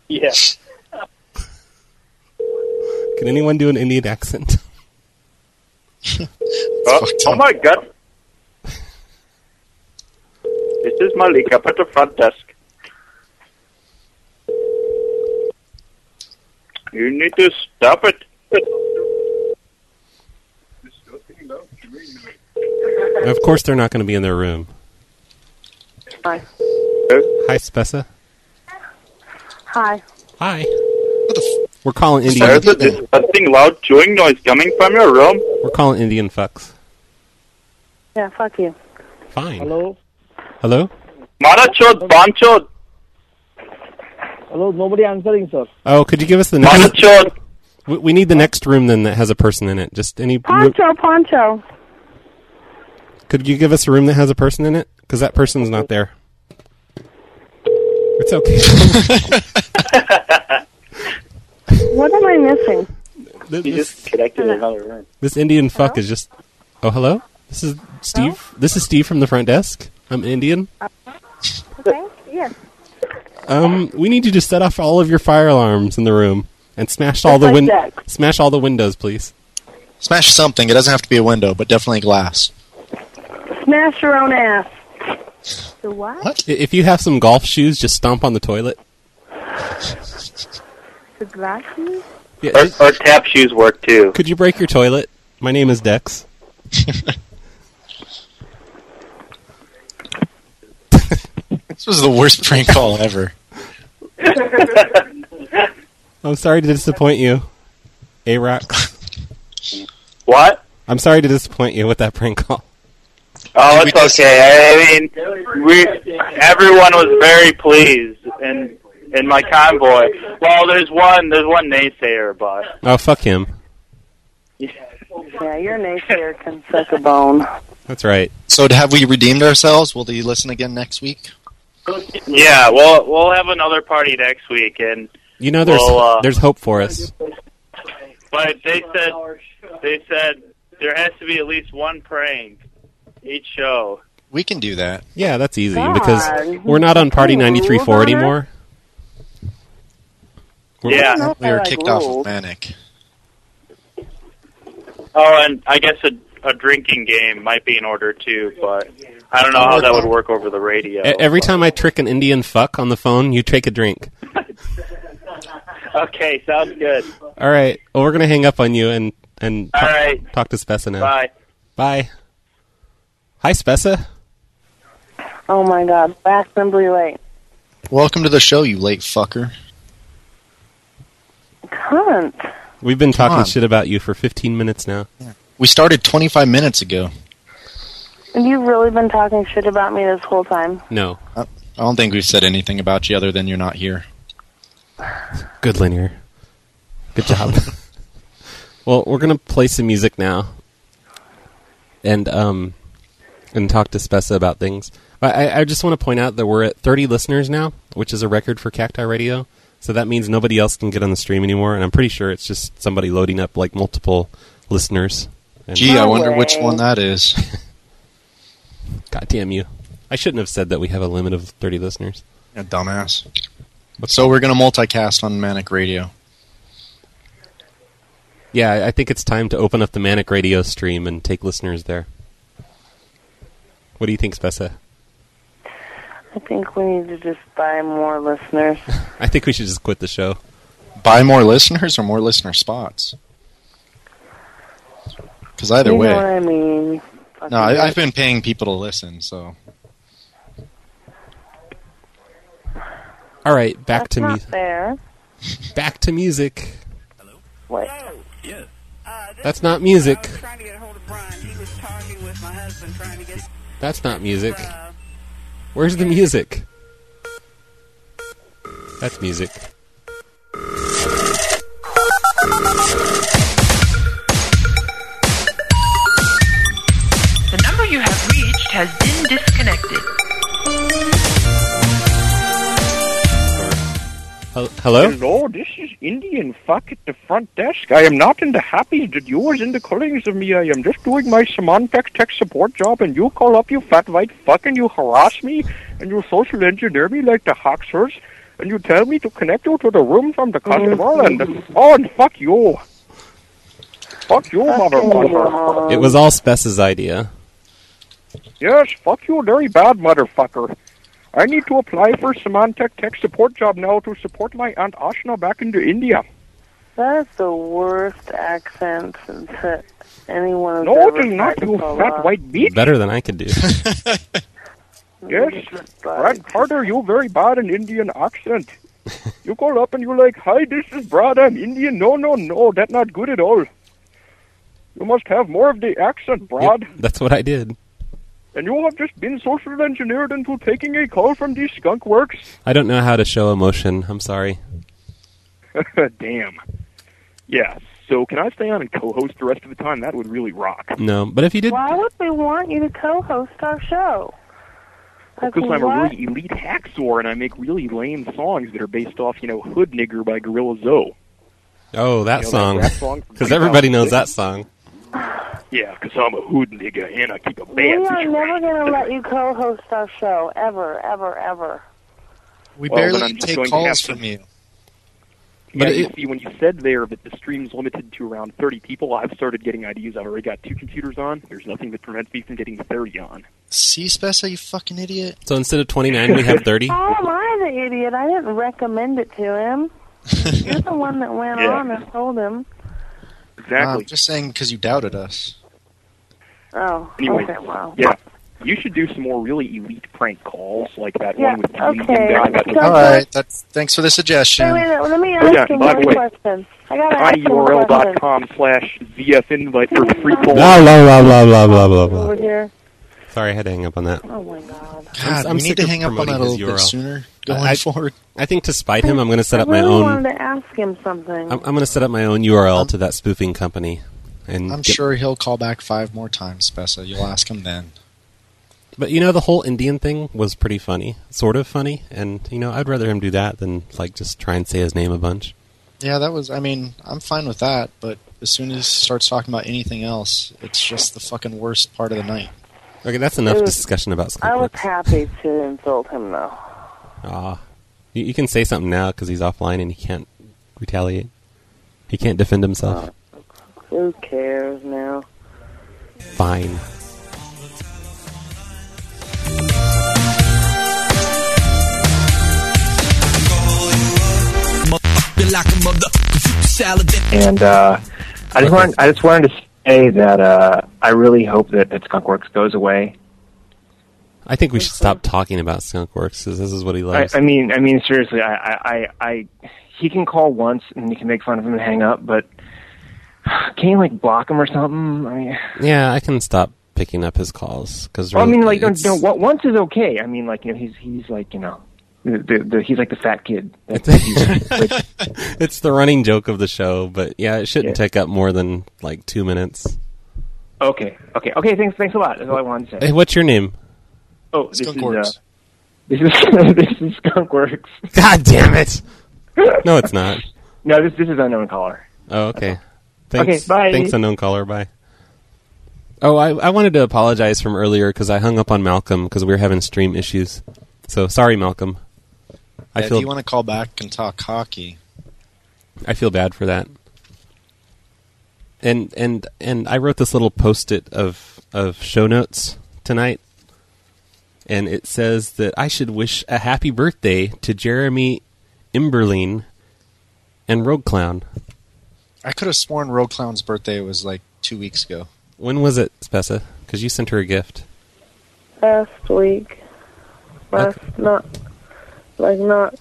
[SPEAKER 12] Yeah.
[SPEAKER 2] Can anyone do an Indian accent?
[SPEAKER 12] Oh, oh my god. this is Malik up at the front desk. You need to stop it.
[SPEAKER 2] of course, they're not going to be in their room.
[SPEAKER 16] Hi.
[SPEAKER 2] Hi, Spessa.
[SPEAKER 16] Hi.
[SPEAKER 2] Hi. We're calling Oh, Indian.
[SPEAKER 12] There's a disgusting loud chewing noise coming from your room.
[SPEAKER 2] We're calling Indian fucks.
[SPEAKER 16] Yeah, fuck you.
[SPEAKER 2] Fine.
[SPEAKER 15] Hello.
[SPEAKER 2] Hello.
[SPEAKER 12] Mara chod, ban chod.
[SPEAKER 15] Hello. Nobody answering, sir.
[SPEAKER 2] Oh, could you give us the next? We, we need the next room then that has a person in it. Just any. room-
[SPEAKER 16] Poncho, poncho.
[SPEAKER 2] Could you give us a room that has a person in it? Because that person's not there. It's okay.
[SPEAKER 16] What am I missing?
[SPEAKER 2] You
[SPEAKER 1] just connected to another room.
[SPEAKER 2] this Indian fuck is just. Oh, hello. This is Steve. This is Steve from the front desk. I'm Indian.
[SPEAKER 16] Okay. Yes.
[SPEAKER 2] Um, we need you to set off all of your fire alarms in the room and smash all
[SPEAKER 16] Just
[SPEAKER 2] the
[SPEAKER 16] like
[SPEAKER 2] win-
[SPEAKER 16] that.
[SPEAKER 2] smash all the windows, please.
[SPEAKER 7] Smash something. It doesn't have to be a window, but definitely glass.
[SPEAKER 16] Smash your own ass. The what?
[SPEAKER 2] I- If you have some golf shoes, just stomp on the toilet.
[SPEAKER 16] The glasses?
[SPEAKER 2] Yeah,
[SPEAKER 12] Our, our tap shoes work too.
[SPEAKER 2] Could you break your toilet? My name is Dex.
[SPEAKER 7] This was the worst prank call ever.
[SPEAKER 2] I'm sorry to disappoint you, A Rock.
[SPEAKER 12] What?
[SPEAKER 2] I'm sorry to disappoint you with that prank call.
[SPEAKER 12] Oh, it's okay. I mean, we everyone was very pleased in in my convoy. Well, there's one there's one naysayer, but
[SPEAKER 2] Oh, fuck him.
[SPEAKER 16] Yeah, your naysayer can suck a bone.
[SPEAKER 2] That's right.
[SPEAKER 7] So have we redeemed ourselves? Will you listen again next week?
[SPEAKER 12] yeah, we'll we'll have another party next week, and
[SPEAKER 2] You know there's
[SPEAKER 12] Well, uh,
[SPEAKER 2] there's hope for us.
[SPEAKER 12] but they said they said there has to be at least one prank each show.
[SPEAKER 7] We can do that.
[SPEAKER 2] Yeah, that's easy
[SPEAKER 7] God.
[SPEAKER 2] because we're not on Party
[SPEAKER 7] Ooh,
[SPEAKER 2] ninety three four
[SPEAKER 7] Hunter.
[SPEAKER 2] anymore. We're-
[SPEAKER 12] Yeah.
[SPEAKER 7] we were
[SPEAKER 12] I like
[SPEAKER 7] kicked off of
[SPEAKER 12] rules.
[SPEAKER 7] Manic.
[SPEAKER 12] Oh, and I guess a, a drinking game might be in order too, but I don't know how that would work over the
[SPEAKER 2] E-
[SPEAKER 12] radio.
[SPEAKER 2] Every time I trick an Indian fuck on the phone, you take a drink.
[SPEAKER 12] Okay, sounds good.
[SPEAKER 2] All right. Well, we're gonna hang up on you and and
[SPEAKER 12] All
[SPEAKER 2] talk,
[SPEAKER 12] right.
[SPEAKER 2] talk to Spessa now.
[SPEAKER 12] Bye.
[SPEAKER 2] Bye. Hi, Spessa.
[SPEAKER 16] Oh my God, back assembly late.
[SPEAKER 7] Welcome to the show, you late fucker.
[SPEAKER 16] Cunt.
[SPEAKER 2] We've been
[SPEAKER 7] Come
[SPEAKER 2] talking
[SPEAKER 7] on.
[SPEAKER 2] shit about you for fifteen minutes now.
[SPEAKER 7] We started 25 minutes ago.
[SPEAKER 16] Have you really been talking shit about me this whole time?
[SPEAKER 2] No.
[SPEAKER 7] I I don't think we've said anything about you other than you're not here.
[SPEAKER 2] Good linear. Good job. well, we're gonna play some music now, and um, and talk to Spessa about things. I, I, I just want to point out that we're at 30 listeners now, which is a record for Cacti Radio. So that means nobody else can get on the stream anymore, and I'm pretty sure it's just somebody loading up like multiple listeners. And
[SPEAKER 7] Gee, I wonder which one that is.
[SPEAKER 2] God damn you! I shouldn't have said that we have a limit of 30 listeners.
[SPEAKER 7] Yeah, dumbass. So we're going to multicast on Manic Radio.
[SPEAKER 2] Yeah, I, I think it's time to open up the Manic Radio stream and take listeners there. What do you think, Spessa?
[SPEAKER 16] I think we need to just buy more listeners.
[SPEAKER 2] I think we should just quit the show.
[SPEAKER 7] Buy more listeners or more listener spots? Because either
[SPEAKER 16] you
[SPEAKER 7] way.
[SPEAKER 16] know what I mean.
[SPEAKER 7] No, I, I've been paying people to listen, so.
[SPEAKER 2] All right, back to
[SPEAKER 16] not
[SPEAKER 2] music.
[SPEAKER 16] fair.
[SPEAKER 2] Back to music.
[SPEAKER 16] What?
[SPEAKER 2] That's not music. That's not music. Where's the music? That's music.
[SPEAKER 14] The number you have reached has been disconnected.
[SPEAKER 2] Hel- Hello?
[SPEAKER 17] Hello, this is Indian Fuck at the front desk. I am not in the happies that you are in the callings of me. I am just doing my Symantec tech support job, and you call up, you fat white fuck, and you harass me, and you social engineer me like the Hoxers, and you tell me to connect you to the room from the customer, and oh, and fuck you. Fuck you, motherfucker.
[SPEAKER 2] It was all Spessa's idea.
[SPEAKER 17] Yes, fuck you, very bad motherfucker. I need to apply for Symantec tech support job now to support my Aunt Ashna back into India.
[SPEAKER 16] That's the worst accent that anyone has
[SPEAKER 17] No,
[SPEAKER 16] ever
[SPEAKER 17] it is not,
[SPEAKER 16] tried to
[SPEAKER 17] you
[SPEAKER 16] pull
[SPEAKER 17] fat
[SPEAKER 16] off.
[SPEAKER 17] white bitch.
[SPEAKER 2] Better than I could do.
[SPEAKER 17] Yes, Brad Carter, you very bad in Indian accent. you call up and you're like, "Hi, this is Brad. I'm Indian." No, no, no, that's not good at all. You must have more of the accent, Brad.
[SPEAKER 2] That's what I did.
[SPEAKER 17] And you have just been social engineered into taking a call from the skunk works.
[SPEAKER 2] I don't know how to show emotion. I'm sorry.
[SPEAKER 17] Damn. Yeah. So can I stay on and co-host the rest of the time? That would really rock.
[SPEAKER 2] No, but if you did,
[SPEAKER 16] Why would we want you to co-host our show? Like,
[SPEAKER 17] Because I'm a
[SPEAKER 16] what?
[SPEAKER 17] really elite hacksaw and I make really lame songs that are based off, you know, Hood Nigger by Gorilla Zoe.
[SPEAKER 2] oh, that
[SPEAKER 17] You know,
[SPEAKER 2] song.
[SPEAKER 17] that song from
[SPEAKER 2] Because everybody knows
[SPEAKER 17] 2006?
[SPEAKER 2] that song.
[SPEAKER 17] Yeah, 'cause I'm a hood nigga and I keep a
[SPEAKER 16] We
[SPEAKER 17] band.
[SPEAKER 16] are never going to let you co-host our show ever, ever, ever.
[SPEAKER 7] We
[SPEAKER 17] Well, then
[SPEAKER 7] barely
[SPEAKER 17] I'm just
[SPEAKER 7] take
[SPEAKER 17] going to
[SPEAKER 7] calls
[SPEAKER 17] have to-
[SPEAKER 7] from you.
[SPEAKER 17] Yeah,
[SPEAKER 7] But
[SPEAKER 17] you
[SPEAKER 7] it-
[SPEAKER 17] see, when you said there that the stream's limited to around 30 people, I've started getting ideas. I've already got two computers on. There's nothing that prevents me from getting 30 on.
[SPEAKER 7] See, Spessa, you fucking idiot.
[SPEAKER 2] So instead of 29, we have 30.
[SPEAKER 16] How am I the idiot? I didn't recommend it to him. You're the one that went
[SPEAKER 7] Yeah.
[SPEAKER 16] on and told him.
[SPEAKER 7] Exactly. I'm just saying because you doubted us.
[SPEAKER 16] Oh,
[SPEAKER 17] Anyway,
[SPEAKER 16] okay, wow.
[SPEAKER 17] yeah, you should do some more really elite prank calls like that
[SPEAKER 16] Yeah,
[SPEAKER 17] one with the Indian
[SPEAKER 16] okay.
[SPEAKER 17] guy. That was-
[SPEAKER 7] All right. That's, thanks for the suggestion.
[SPEAKER 16] Wait, wait, wait, let me
[SPEAKER 17] Oh,
[SPEAKER 16] ask
[SPEAKER 17] yeah,
[SPEAKER 16] him
[SPEAKER 17] by
[SPEAKER 16] one
[SPEAKER 17] the way,
[SPEAKER 16] question. I got to ask him a question.
[SPEAKER 17] tinyurl.com slash ZF invite for the free poll.
[SPEAKER 2] Blah, blah, blah, blah, blah, blah, blah, blah.
[SPEAKER 16] Over here.
[SPEAKER 2] Sorry, I had to hang up on that.
[SPEAKER 16] Oh my god.
[SPEAKER 7] God, we need to hang up on that a little bit sooner going
[SPEAKER 2] forward. I think to spite him, I'm going to set up
[SPEAKER 16] I
[SPEAKER 2] my
[SPEAKER 16] really
[SPEAKER 2] own.
[SPEAKER 16] wanted to ask him something.
[SPEAKER 2] I'm, I'm going to set up my own URL to that spoofing company, and
[SPEAKER 7] I'm
[SPEAKER 2] get-
[SPEAKER 7] sure he'll call back five more times, Spessa. You'll ask him then.
[SPEAKER 2] But you know, the whole Indian thing was pretty funny, sort of funny, and you know, I'd rather him do that than like just try and say his name a bunch.
[SPEAKER 7] Yeah, that was. I mean, I'm fine with that, but as soon as he starts talking about anything else, it's just the fucking worst part of the night.
[SPEAKER 2] Okay, that's enough
[SPEAKER 16] It was-
[SPEAKER 2] discussion about
[SPEAKER 16] I
[SPEAKER 2] skunk
[SPEAKER 16] was
[SPEAKER 2] works.
[SPEAKER 16] happy to insult him, though.
[SPEAKER 2] Ah, you, you can say something now because he's offline and he can't retaliate. He can't defend himself.
[SPEAKER 16] Who cares now?
[SPEAKER 2] Fine.
[SPEAKER 18] And uh, I just wanted, I just wanted to say that uh, I really hope that, that Skunkworks goes away.
[SPEAKER 2] I think we should stop talking about skunk works 'cause this is what he
[SPEAKER 18] I,
[SPEAKER 2] loves.
[SPEAKER 18] I mean, I mean, seriously, I, I, I, I, he can call once and you can make fun of him and hang up, but can you like block him or something? I mean,
[SPEAKER 2] yeah, I can stop picking up his calls because
[SPEAKER 18] well, I mean, like, no, no, on- once is okay. I mean, like, you know, he's he's like, you know, the, the, the, he's like the fat kid. That's, he's, like,
[SPEAKER 2] it's the running joke of the show. But yeah, it shouldn't take up more than like two minutes.
[SPEAKER 18] okay, okay, okay. Thanks, thanks a lot. That's all I wanted to say.
[SPEAKER 2] Hey, what's your name?
[SPEAKER 18] Oh, this is, uh, this is this is Skunkworks.
[SPEAKER 2] God damn it! No, it's not.
[SPEAKER 18] No, this this is unknown caller.
[SPEAKER 2] Oh, okay. Thanks.
[SPEAKER 18] Okay, bye.
[SPEAKER 2] Thanks, unknown caller. Bye. Oh, I, I wanted to apologize from earlier because I hung up on Malcolm because we were having stream issues. So sorry, Malcolm. I
[SPEAKER 7] if
[SPEAKER 2] feel
[SPEAKER 7] you want to call back and talk hockey,
[SPEAKER 2] I feel bad for that. And and and I wrote this little post-it of of show notes tonight, and it says that I should wish a happy birthday to Jeremy Imberline and Rogue Clown.
[SPEAKER 7] I could have sworn Rogue Clown's birthday was like two weeks ago.
[SPEAKER 2] When was it, Spessa? Because you sent her a gift.
[SPEAKER 16] Last week, last not like not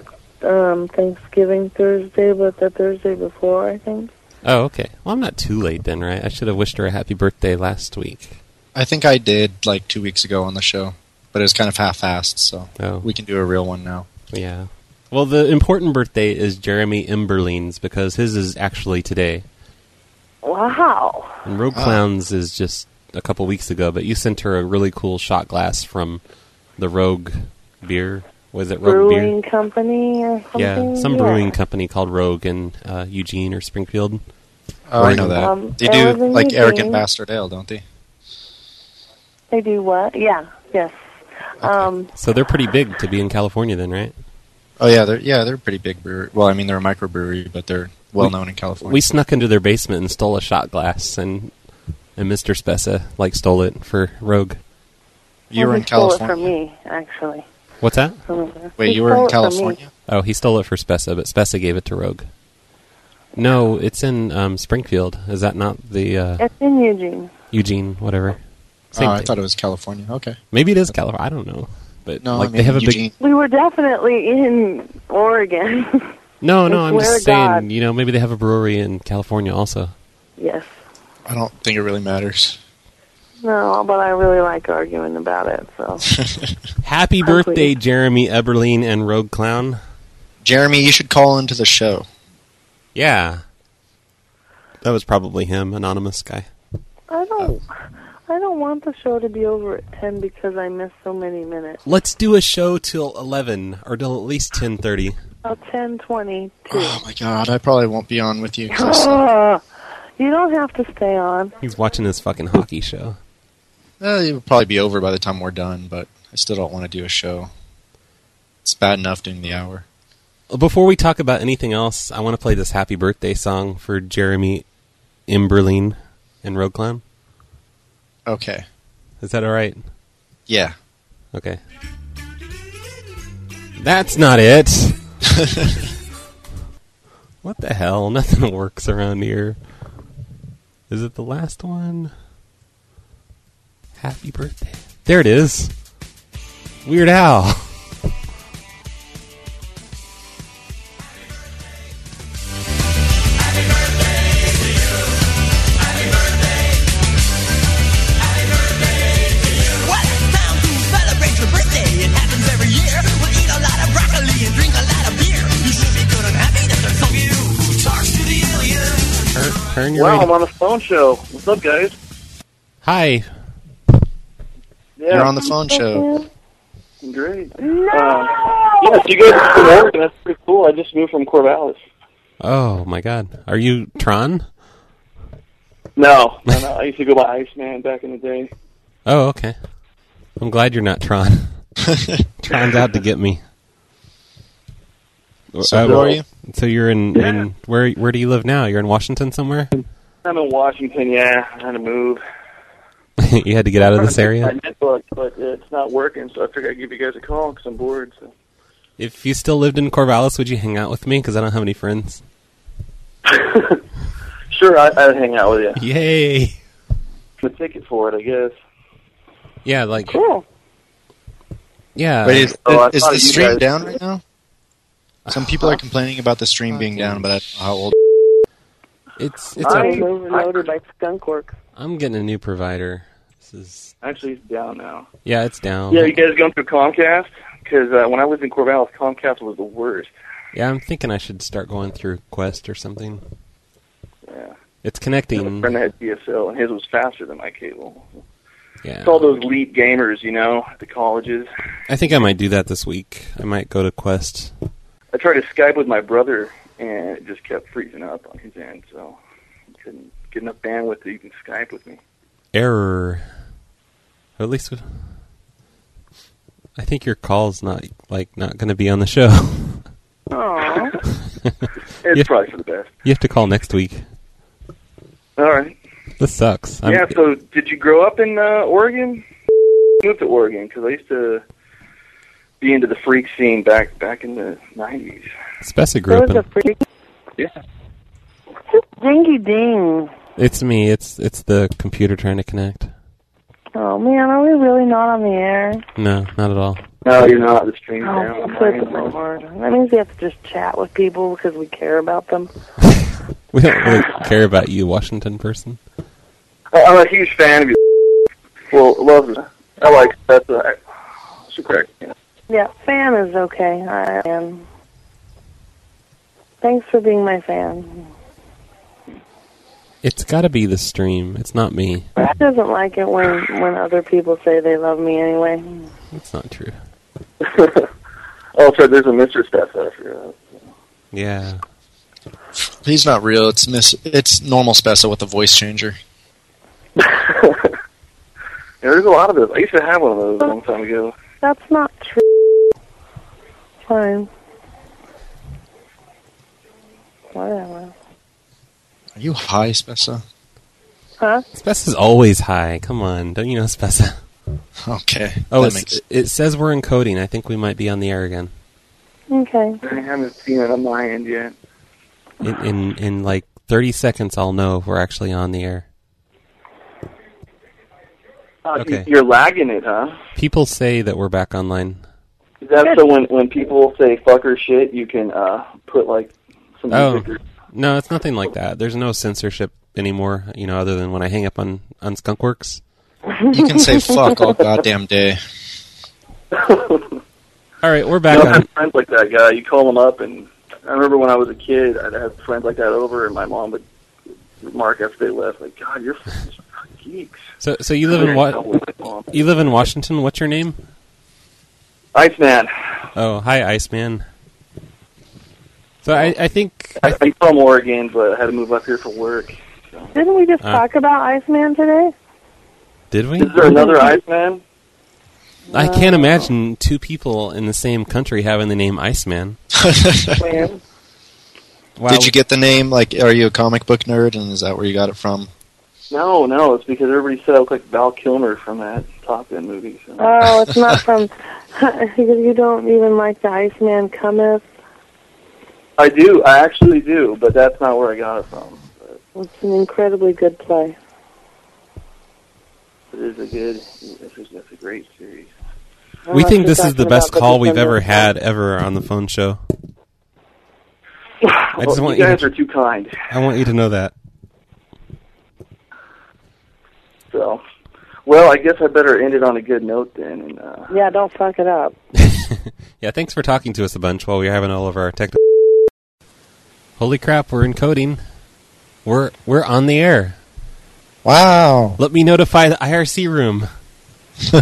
[SPEAKER 16] um Thanksgiving Thursday, but the Thursday before, I think.
[SPEAKER 2] Oh, okay. Well, I'm not too late then, right? I should have wished her a happy birthday last week.
[SPEAKER 7] I think I did like two weeks ago on the show, but it was kind of half-assed. So we can do a real one now.
[SPEAKER 2] Yeah. Well, the important birthday is Jeremy Imberline's because his is actually today.
[SPEAKER 16] Wow.
[SPEAKER 2] And Rogue
[SPEAKER 16] Ah.
[SPEAKER 2] Clowns is just a couple weeks ago, but you sent her a really cool shot glass from the Rogue beer. Was it Rogue
[SPEAKER 16] Brewing
[SPEAKER 2] beer?
[SPEAKER 16] company or something.
[SPEAKER 2] Yeah, some brewing company called Rogue in uh, Eugene or Springfield.
[SPEAKER 7] Oh, I know that.
[SPEAKER 16] Um,
[SPEAKER 7] they
[SPEAKER 16] it
[SPEAKER 7] do
[SPEAKER 16] was in
[SPEAKER 7] like arrogant
[SPEAKER 16] Eugene.
[SPEAKER 7] bastard ale, don't they?
[SPEAKER 16] They do what? Yeah. Yes. Um.
[SPEAKER 2] So they're pretty big to be in California, then, right?
[SPEAKER 7] Oh yeah, they're yeah they're a pretty big brewery. Well, I mean they're a microbrewery, but they're well known in California.
[SPEAKER 2] We snuck into their basement and stole a shot glass, and and Mr. Spessa like stole it for Rogue.
[SPEAKER 7] You were
[SPEAKER 16] well,
[SPEAKER 7] in
[SPEAKER 16] Oh, he stole it
[SPEAKER 7] California.
[SPEAKER 16] from me, actually.
[SPEAKER 2] What's that?
[SPEAKER 16] From-
[SPEAKER 7] Wait,
[SPEAKER 16] Mm-hmm. he
[SPEAKER 7] you were in
[SPEAKER 16] stole it from me.
[SPEAKER 7] California?
[SPEAKER 2] Oh, he stole it for Spessa, but Spessa gave it to Rogue. No, it's in um, Springfield. Is that not the uh,
[SPEAKER 16] It's in Eugene.
[SPEAKER 2] Eugene, whatever?
[SPEAKER 7] Oh, I thought it was California. Okay.
[SPEAKER 2] Maybe it is California. I don't know, but
[SPEAKER 7] No, I
[SPEAKER 2] like
[SPEAKER 7] mean
[SPEAKER 2] they have a
[SPEAKER 7] Eugene.
[SPEAKER 2] big.
[SPEAKER 16] We were definitely in Oregon.
[SPEAKER 2] No, no,
[SPEAKER 16] I
[SPEAKER 2] I'm
[SPEAKER 16] swear
[SPEAKER 2] just
[SPEAKER 16] to
[SPEAKER 2] saying.
[SPEAKER 16] God.
[SPEAKER 2] You know, maybe they have a brewery in California also.
[SPEAKER 16] yes.
[SPEAKER 7] I don't think it really matters.
[SPEAKER 16] No, but I really like arguing about it. So.
[SPEAKER 2] Happy
[SPEAKER 16] Hopefully.
[SPEAKER 2] birthday, Jeremy Eberline and Rogue Clown.
[SPEAKER 7] Jeremy, you should call into the show.
[SPEAKER 2] Yeah, that was probably him, anonymous guy.
[SPEAKER 16] I don't. I don't want the show to be over at ten because I missed so many minutes.
[SPEAKER 2] Let's do a show till eleven or till at least ten thirty.
[SPEAKER 16] Oh, ten twenty.
[SPEAKER 7] Oh my god, I probably won't be on with you. 'cause I suck.
[SPEAKER 16] Ah, you don't have to stay on.
[SPEAKER 2] He's watching this fucking hockey show.
[SPEAKER 7] Eh, it would probably be over by the time we're done, but I still don't want to do a show. It's bad enough doing the hour.
[SPEAKER 2] Before we talk about anything else, I want to play this happy birthday song for Jeremy Imberline and Rogue Clown.
[SPEAKER 7] Okay.
[SPEAKER 2] Is that all right?
[SPEAKER 7] Yeah.
[SPEAKER 2] Okay. That's not it. what the hell? Nothing works around here. Is it the last one? Happy birthday. There it is. Weird Al.
[SPEAKER 4] What a time to celebrate your birthday. It happens every year. We'll eat a lot of broccoli and drink a lot of beer. You should be good and happy that there's some you. Talk to the alien.
[SPEAKER 2] Turn, turn your
[SPEAKER 1] Wow, I'm
[SPEAKER 2] radio-
[SPEAKER 1] on a phone show. What's up, guys?
[SPEAKER 2] Hi.
[SPEAKER 1] Yeah.
[SPEAKER 7] You're on the phone show.
[SPEAKER 1] Great. No! yes, you guys are from Oregon. That's pretty cool. I just moved from Corvallis.
[SPEAKER 2] Oh my god. Are you Tron?
[SPEAKER 1] No, no, no. I used to go by Iceman back in the day.
[SPEAKER 2] Oh, okay. I'm glad you're not Tron. Tron's out to get me. Uh,
[SPEAKER 7] So who are you?
[SPEAKER 2] So you're in, in where? Where do you live now? You're in Washington somewhere.
[SPEAKER 1] I'm in Washington, yeah. I'm trying to move.
[SPEAKER 2] you had to get out of this
[SPEAKER 1] My
[SPEAKER 2] area.
[SPEAKER 1] network, but it's not working, so I figured I'd give you guys a call because I'm bored. So.
[SPEAKER 2] If you still lived in Corvallis, would you hang out with me? Because I don't have any friends.
[SPEAKER 1] Sure, I, I'd hang out with you.
[SPEAKER 2] Yay!
[SPEAKER 1] The ticket for it, I guess.
[SPEAKER 2] Yeah, like cool. Yeah.
[SPEAKER 7] Wait, is,
[SPEAKER 1] Oh, I
[SPEAKER 7] is
[SPEAKER 1] thought
[SPEAKER 7] the
[SPEAKER 1] you
[SPEAKER 7] stream
[SPEAKER 1] guys-
[SPEAKER 7] down right now? Some people
[SPEAKER 2] Uh-huh.
[SPEAKER 7] are complaining about the stream being down, but I don't know how old.
[SPEAKER 2] It's
[SPEAKER 1] I'm overloaded by skunk work.
[SPEAKER 2] I'm getting a new provider. This is
[SPEAKER 1] Actually, it's down now.
[SPEAKER 2] yeah, it's down.
[SPEAKER 1] Yeah, you guys going through Comcast? Because uh, when I lived in Corvallis, Comcast was the worst.
[SPEAKER 2] Yeah, I'm thinking I should start going through Quest or something.
[SPEAKER 1] Yeah.
[SPEAKER 2] It's
[SPEAKER 1] My
[SPEAKER 2] connecting.
[SPEAKER 1] friend had DSL, and his was faster than my cable.
[SPEAKER 2] Yeah.
[SPEAKER 1] It's all those elite gamers, you know, at the colleges.
[SPEAKER 2] I think I might do that this week. I might go to Quest.
[SPEAKER 1] I tried to Skype with my brother, and it just kept freezing up on his end, so I couldn't get enough bandwidth to even Skype with me.
[SPEAKER 2] Error. Or at least, we- I think your call's not like not going to be on the show.
[SPEAKER 1] Aww.
[SPEAKER 2] You
[SPEAKER 1] it's
[SPEAKER 2] have-
[SPEAKER 1] probably for the best.
[SPEAKER 2] You have to call next week.
[SPEAKER 1] All right.
[SPEAKER 2] This sucks. I'm-
[SPEAKER 1] yeah, so did you grow up in uh, Oregon? Moved to Oregon because I used to be into the freak scene back back in the 90s.
[SPEAKER 2] Spessa grew up in-
[SPEAKER 1] freak? Yeah.
[SPEAKER 16] Dingy ding.
[SPEAKER 2] It's me. It's it's the computer trying to connect.
[SPEAKER 16] Oh man, are we really not on the air?
[SPEAKER 2] No, not at all.
[SPEAKER 1] No, you're not. The stream's
[SPEAKER 16] Oh, good lord. That means we have to just chat with people because we care about them.
[SPEAKER 2] We don't really care about you, Washington person.
[SPEAKER 1] I, I'm a huge fan of you. Well, love it. I like that's uh, super.
[SPEAKER 16] Yeah, fan is okay. I am. Thanks for being my fan.
[SPEAKER 2] It's got to be the stream. It's not me.
[SPEAKER 16] Brad doesn't like it when when other people say they love me anyway.
[SPEAKER 2] It's not true.
[SPEAKER 1] Also, Oh, there's a Mr. Steph after
[SPEAKER 2] Yeah.
[SPEAKER 7] He's not real. It's mis- It's normal Spessa with a voice changer.
[SPEAKER 1] Yeah, there's a lot of those. I used to have one of those a long time ago.
[SPEAKER 16] That's not true. Fine. Whatever.
[SPEAKER 7] Are you high, Spessa?
[SPEAKER 16] Huh?
[SPEAKER 2] Spessa's always high. Come on, don't you know Spessa?
[SPEAKER 7] Okay.
[SPEAKER 2] Oh,
[SPEAKER 7] that
[SPEAKER 2] it's,
[SPEAKER 7] makes-
[SPEAKER 2] it says we're encoding. I think we might be on the air again
[SPEAKER 16] Okay.
[SPEAKER 1] I haven't seen it on my end yet.
[SPEAKER 2] in in, in like thirty seconds. I'll know if we're actually on the air.
[SPEAKER 1] Oh,
[SPEAKER 2] Okay.
[SPEAKER 1] You're lagging it, huh?
[SPEAKER 2] People say that we're back online.
[SPEAKER 1] Is that so? When when people say "fuck" or "shit," you can uh put like some
[SPEAKER 2] Oh
[SPEAKER 1] music or-
[SPEAKER 2] no, it's nothing like that. There's no censorship anymore. You know, other than when I hang up on on Skunkworks.
[SPEAKER 7] You can say fuck all goddamn day.
[SPEAKER 2] All right, we're
[SPEAKER 1] You
[SPEAKER 2] back
[SPEAKER 1] know, I
[SPEAKER 2] on.
[SPEAKER 1] have friends like that guy. You call them up, and I remember when I was a kid, I'd have friends like that over, and my mom would remark after they left, like, "God, you're fucking geeks."
[SPEAKER 2] So so you live in
[SPEAKER 1] Wa-
[SPEAKER 2] You live in Washington. What's your name?
[SPEAKER 1] Iceman.
[SPEAKER 2] Oh, hi, Iceman. So I, I think
[SPEAKER 1] I, I'm from Oregon, but I had to move up here for work.
[SPEAKER 16] Didn't we just
[SPEAKER 2] Uh.
[SPEAKER 16] talk about Iceman today?
[SPEAKER 2] did we?
[SPEAKER 1] Is there another Iceman?
[SPEAKER 2] I can't imagine two people in the same country having the name Iceman. Wow.
[SPEAKER 7] Did you get the name? Like, are you a comic book nerd, and is that where you got it from?
[SPEAKER 1] No, no, it's because everybody said I look like Val Kilmer from that Top Gun movie. So.
[SPEAKER 16] Oh, it's not from. you don't even like the Iceman cometh.
[SPEAKER 1] I do, I actually do, but that's not where I got it from.
[SPEAKER 16] It's an incredibly good play.
[SPEAKER 1] It is a good, it's a, it's a great series.
[SPEAKER 2] We think this is the best call we've ever had ever on the phone show. I just
[SPEAKER 1] Well,
[SPEAKER 2] want
[SPEAKER 1] you
[SPEAKER 2] you
[SPEAKER 1] guys
[SPEAKER 2] to-
[SPEAKER 1] are too kind.
[SPEAKER 2] I want you to know that.
[SPEAKER 1] So, well, I guess I better end it on a good note then. And uh,
[SPEAKER 16] Yeah, don't fuck it up.
[SPEAKER 2] Yeah, thanks for talking to us a bunch while we were having all of our technical. Holy crap, we're encoding. We're we're on the air.
[SPEAKER 7] Wow.
[SPEAKER 2] Let me notify the IRC room.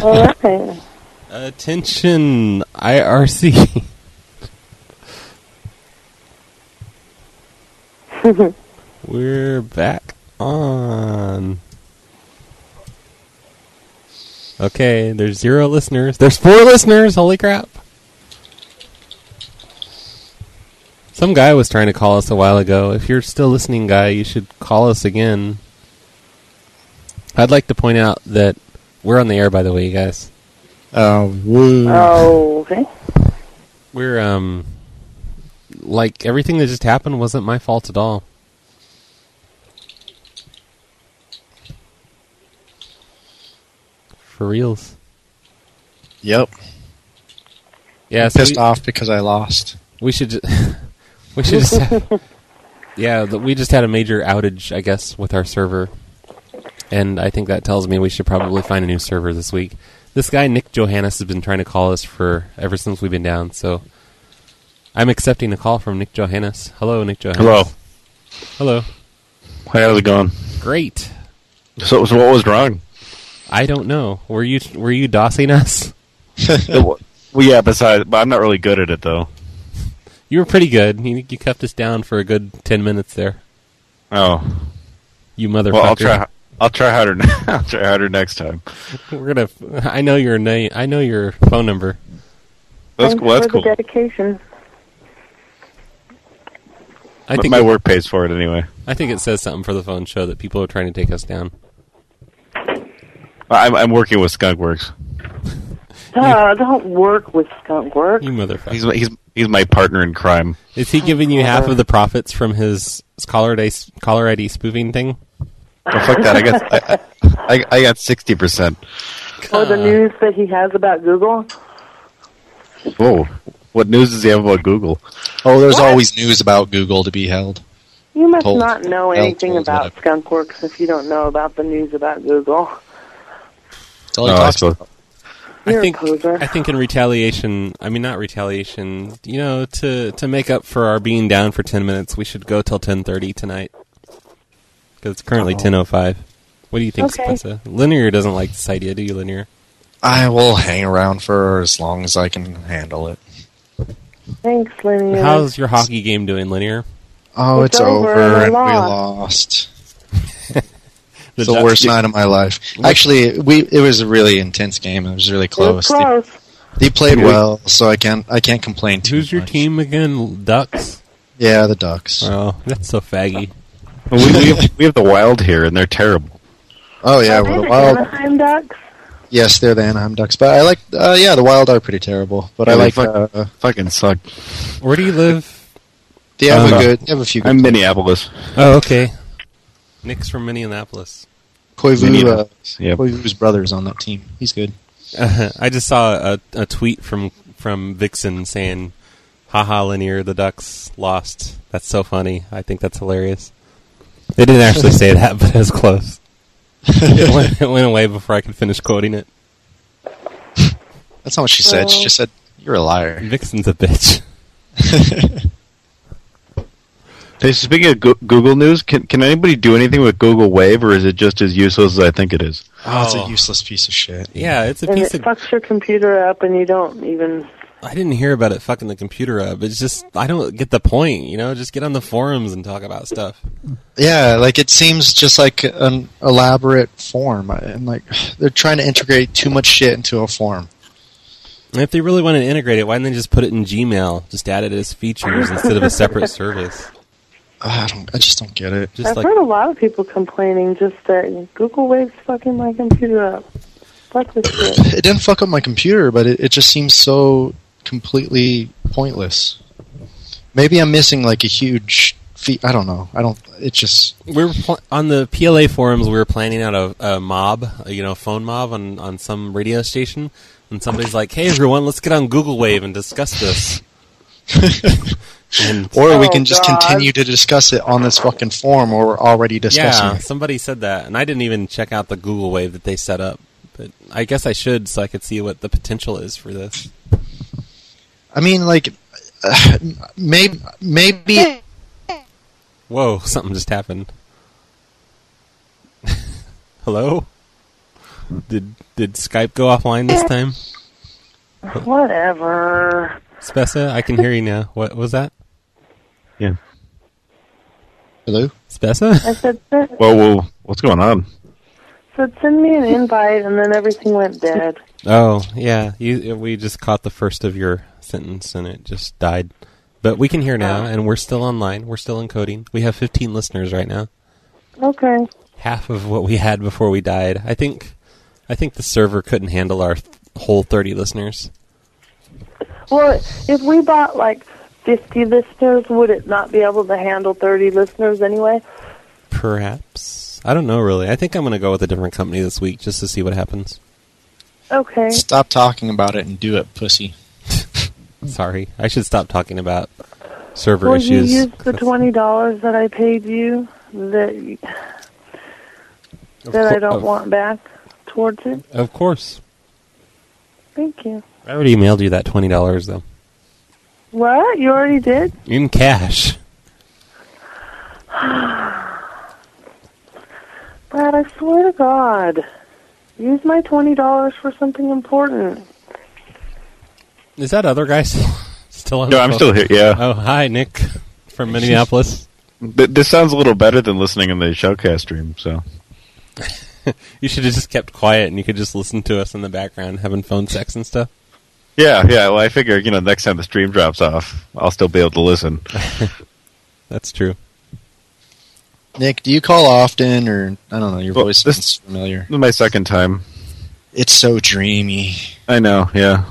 [SPEAKER 16] All right.
[SPEAKER 2] Attention, IRC.
[SPEAKER 5] Mm.
[SPEAKER 2] We're back on. Okay, there's zero listeners. There's four listeners. Holy crap! Some guy was trying to call us a while ago. If you're still listening, guy, you should call us again. I'd like to point out that we're on the air, by the way, you guys.
[SPEAKER 7] Oh, woo.
[SPEAKER 16] Oh, okay.
[SPEAKER 2] We're um, like everything that just happened wasn't my fault at all. For reals.
[SPEAKER 7] Yep.
[SPEAKER 2] Yeah,
[SPEAKER 7] I'm
[SPEAKER 2] so
[SPEAKER 7] pissed
[SPEAKER 2] we-
[SPEAKER 7] off because I lost.
[SPEAKER 2] We should. Ju- we should just. Have, yeah, th- we just had a major outage, I guess, with our server, and I think that tells me we should probably find a new server this week. This guy Nick Johannes has been trying to call us for ever since we've been down, so I'm accepting a call from Nick Johannes. Hello, Nick Johannes.
[SPEAKER 5] Hello.
[SPEAKER 2] Hello.
[SPEAKER 5] Hey, how's it going?
[SPEAKER 2] Great.
[SPEAKER 5] So, so what was wrong?
[SPEAKER 2] I don't know. Were you were you dossing us?
[SPEAKER 5] well, yeah. Besides, but I'm not really good at it though.
[SPEAKER 2] You were pretty good. You, you kept us down for a good ten minutes there.
[SPEAKER 5] Oh,
[SPEAKER 2] you motherfucker!
[SPEAKER 5] Well, I'll try. I'll try harder. ne- I'll try harder next time.
[SPEAKER 2] We're gonna. I know your name. I know your phone number.
[SPEAKER 5] That's
[SPEAKER 16] Thanks
[SPEAKER 5] cool. That's
[SPEAKER 16] for
[SPEAKER 5] cool.
[SPEAKER 16] the dedication.
[SPEAKER 2] I
[SPEAKER 5] But
[SPEAKER 2] think
[SPEAKER 5] my
[SPEAKER 2] it-
[SPEAKER 5] work pays for it anyway.
[SPEAKER 2] I think it says something for the phone show that people are trying to take us down.
[SPEAKER 5] I'm, I'm working with Skunkworks.
[SPEAKER 16] Uh, don't work with skunk work.
[SPEAKER 2] You motherfucker!
[SPEAKER 5] He's he's he's my partner in crime.
[SPEAKER 2] Is he giving you half of the profits from his caller ID, caller ID spoofing thing?
[SPEAKER 5] Oh, fuck that! I got I, I, I got sixty percent.
[SPEAKER 16] Or
[SPEAKER 5] Uh.
[SPEAKER 16] the news that he has about Google.
[SPEAKER 5] Whoa! What news does he have about Google?
[SPEAKER 7] Oh, there's always news about Google to be held.
[SPEAKER 16] You must
[SPEAKER 7] Told-
[SPEAKER 16] not know
[SPEAKER 7] well,
[SPEAKER 16] anything
[SPEAKER 7] told
[SPEAKER 16] about skunkworks if you don't know about the news about Google.
[SPEAKER 5] he
[SPEAKER 7] all he
[SPEAKER 5] I
[SPEAKER 7] talks
[SPEAKER 5] suppose.
[SPEAKER 2] I think I think in retaliation, I mean not retaliation, you know, to to make up for our being down for 10 minutes, we should go till 10:30 tonight. Cuz it's currently
[SPEAKER 7] Oh.
[SPEAKER 2] 10:05. What do you think,
[SPEAKER 7] Okay.
[SPEAKER 2] Spencer? Linear doesn't like this idea, do you, Linear?
[SPEAKER 7] I will hang around for as long as I can handle it.
[SPEAKER 16] Thanks, Linear.
[SPEAKER 2] How's your hockey game doing, Linear?
[SPEAKER 7] Oh,
[SPEAKER 16] It's
[SPEAKER 7] it's,
[SPEAKER 16] over
[SPEAKER 7] over,
[SPEAKER 16] and I
[SPEAKER 7] and
[SPEAKER 16] lost.
[SPEAKER 7] we lost.
[SPEAKER 2] the
[SPEAKER 7] the
[SPEAKER 2] Ducks-
[SPEAKER 7] worst night of my life. Actually, we it was a really intense game. It was really close. They-
[SPEAKER 16] close.
[SPEAKER 7] They, played well, so I can't I can't complain too
[SPEAKER 2] Who's your team again? Ducks.
[SPEAKER 7] Yeah, the Ducks.
[SPEAKER 2] Oh, that's so faggy.
[SPEAKER 5] we, we, have, we have the Wild here, and they're terrible.
[SPEAKER 7] Oh yeah,
[SPEAKER 16] Are
[SPEAKER 7] well,
[SPEAKER 16] they
[SPEAKER 7] the
[SPEAKER 16] the
[SPEAKER 7] Wild.
[SPEAKER 16] Anaheim Ducks?
[SPEAKER 7] Yes, they're the Anaheim Ducks, but I like. Uh, yeah, the Wild are pretty terrible, but I
[SPEAKER 5] Yeah, they
[SPEAKER 7] like.
[SPEAKER 5] fuck-
[SPEAKER 7] uh,
[SPEAKER 5] fucking suck.
[SPEAKER 2] Where do you live?
[SPEAKER 7] They have
[SPEAKER 5] Uh,
[SPEAKER 7] a good. They have a few.
[SPEAKER 5] I'm Minneapolis.
[SPEAKER 2] Oh, okay. Nick's from Minneapolis.
[SPEAKER 7] Koivu, uh,
[SPEAKER 5] Minneapolis, yep.
[SPEAKER 7] Koivu's brother's on that team. He's good.
[SPEAKER 2] Uh, I just saw a, a tweet from from Vixen saying, "Haha, linear, the Ducks lost. That's so funny. I think that's hilarious." They didn't actually say that, but it was close. it, went, it went away before I could finish quoting it.
[SPEAKER 7] That's not what she said. She just said you're a liar.
[SPEAKER 2] Vixen's a bitch.
[SPEAKER 5] Hey, speaking of Goo Google News, can can anybody do anything with Google Wave, or is it just as useless as I think it is?
[SPEAKER 7] Oh, it's a useless piece of shit.
[SPEAKER 2] Yeah, it's a
[SPEAKER 16] and
[SPEAKER 2] piece
[SPEAKER 16] it
[SPEAKER 2] of.
[SPEAKER 16] fucks your computer up, and you don't even.
[SPEAKER 2] I didn't hear about it fucking the computer up. It's just I don't get the point. You know, just get on the forums and talk about stuff.
[SPEAKER 7] Yeah, like it seems just like an elaborate form, and like they're trying to integrate too much shit into a form.
[SPEAKER 2] And if they really want to integrate it, why didn't they just put it in Gmail? Just add it as features instead of a separate service.
[SPEAKER 7] I don't. I just don't get it.
[SPEAKER 2] Just
[SPEAKER 16] I've
[SPEAKER 2] like
[SPEAKER 16] heard a lot of people complaining just that Google Wave's fucking my computer up. Fuck this shit.
[SPEAKER 7] it didn't fuck up my computer, but it, it just seems so completely pointless. Maybe I'm missing like a huge feat. I don't know. I don't. It just
[SPEAKER 2] we were pl- on the PLA forums. We were planning out a, a mob, a, you know, phone mob on on some radio station, and somebody's like, "Hey, everyone, let's get on Google Wave and discuss this." and
[SPEAKER 7] or we
[SPEAKER 16] Oh,
[SPEAKER 7] can just continue to discuss it on this fucking forum where we're already discussing
[SPEAKER 2] Yeah,
[SPEAKER 7] it.
[SPEAKER 2] somebody said that, and I didn't even check out the Google Wave that they set up. But I guess I should, so I could see what the potential is for this.
[SPEAKER 7] I mean, like uh, maybe maybe
[SPEAKER 2] Whoa, something just happened. Hello? Did did Skype go offline this time?
[SPEAKER 16] Whatever.
[SPEAKER 2] Spessa, I can hear you now. What was that?
[SPEAKER 5] Yeah.
[SPEAKER 7] Hello?
[SPEAKER 2] Spessa?
[SPEAKER 16] I said, "Spe-
[SPEAKER 5] Whoa, whoa, what's going on?
[SPEAKER 16] said, send me an invite, and then everything went dead.
[SPEAKER 2] Oh, yeah. You, we just caught the first of your sentence and it just died. But we can hear
[SPEAKER 16] Oh.
[SPEAKER 2] now, and we're still online. We're still encoding. We have 15 listeners right now.
[SPEAKER 16] Okay.
[SPEAKER 2] Half of what we had before we died. I think, I think the server couldn't handle our th- whole 30 listeners.
[SPEAKER 16] Well, if we bought like 50 listeners, would it not be able to handle 30 listeners anyway?
[SPEAKER 2] Perhaps. I don't know really. I think I'm going to go with a different company this week just to see what happens.
[SPEAKER 16] Okay.
[SPEAKER 7] Stop talking about it and do it, pussy.
[SPEAKER 2] Sorry, I should stop talking about server
[SPEAKER 16] well, you
[SPEAKER 2] issues.
[SPEAKER 16] used the twenty dollars that I paid you that y-
[SPEAKER 2] Of
[SPEAKER 16] that I
[SPEAKER 2] cour-
[SPEAKER 16] don't
[SPEAKER 2] of-
[SPEAKER 16] want back towards it.
[SPEAKER 2] Of course,
[SPEAKER 16] Thank you.
[SPEAKER 2] I already emailed you that twenty dollars though
[SPEAKER 16] What? You already did?
[SPEAKER 2] in cash.
[SPEAKER 16] Brad, I swear to God, use my twenty dollars for something important.
[SPEAKER 2] Is that other guy still, still on?
[SPEAKER 5] No,
[SPEAKER 2] the
[SPEAKER 5] I'm
[SPEAKER 2] phone?
[SPEAKER 5] still here, yeah.
[SPEAKER 2] Oh, hi, Nick from Minneapolis.
[SPEAKER 5] Th- this sounds a little better than listening in the shoutcast stream. So
[SPEAKER 2] you should have just kept quiet, and you could just listen to us in the background having phone sex and stuff.
[SPEAKER 5] yeah, yeah. Well, I figure you know next time the stream drops off, I'll still be able to listen.
[SPEAKER 2] That's true.
[SPEAKER 7] Nick, do you call often, or I don't know? Your voice is familiar.
[SPEAKER 5] This is my second time.
[SPEAKER 7] It's so dreamy.
[SPEAKER 5] I know. Yeah.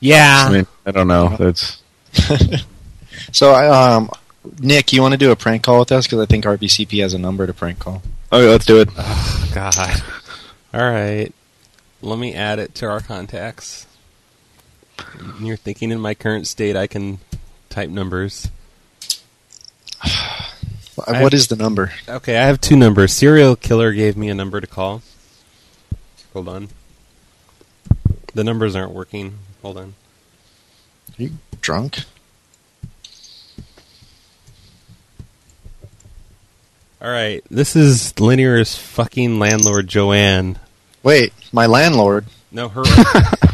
[SPEAKER 2] Yeah.
[SPEAKER 5] I mean, I don't know. That's
[SPEAKER 7] So, I, um, Nick, you want to do a prank call with us? Because I think RBCP has a number to prank call.
[SPEAKER 5] okay. Oh, Let's do it.
[SPEAKER 2] Oh, God. All right. Let me add it to our contacts. You're thinking in my current state, I can type numbers.
[SPEAKER 7] What is the number?
[SPEAKER 2] Okay, I have two numbers. Serial killer gave me a number to call. Hold on. The numbers aren't working. Hold on.
[SPEAKER 7] Are you drunk?
[SPEAKER 2] All right. This is Linear's fucking landlord, Joanne.
[SPEAKER 7] Wait, my landlord?
[SPEAKER 2] No, her.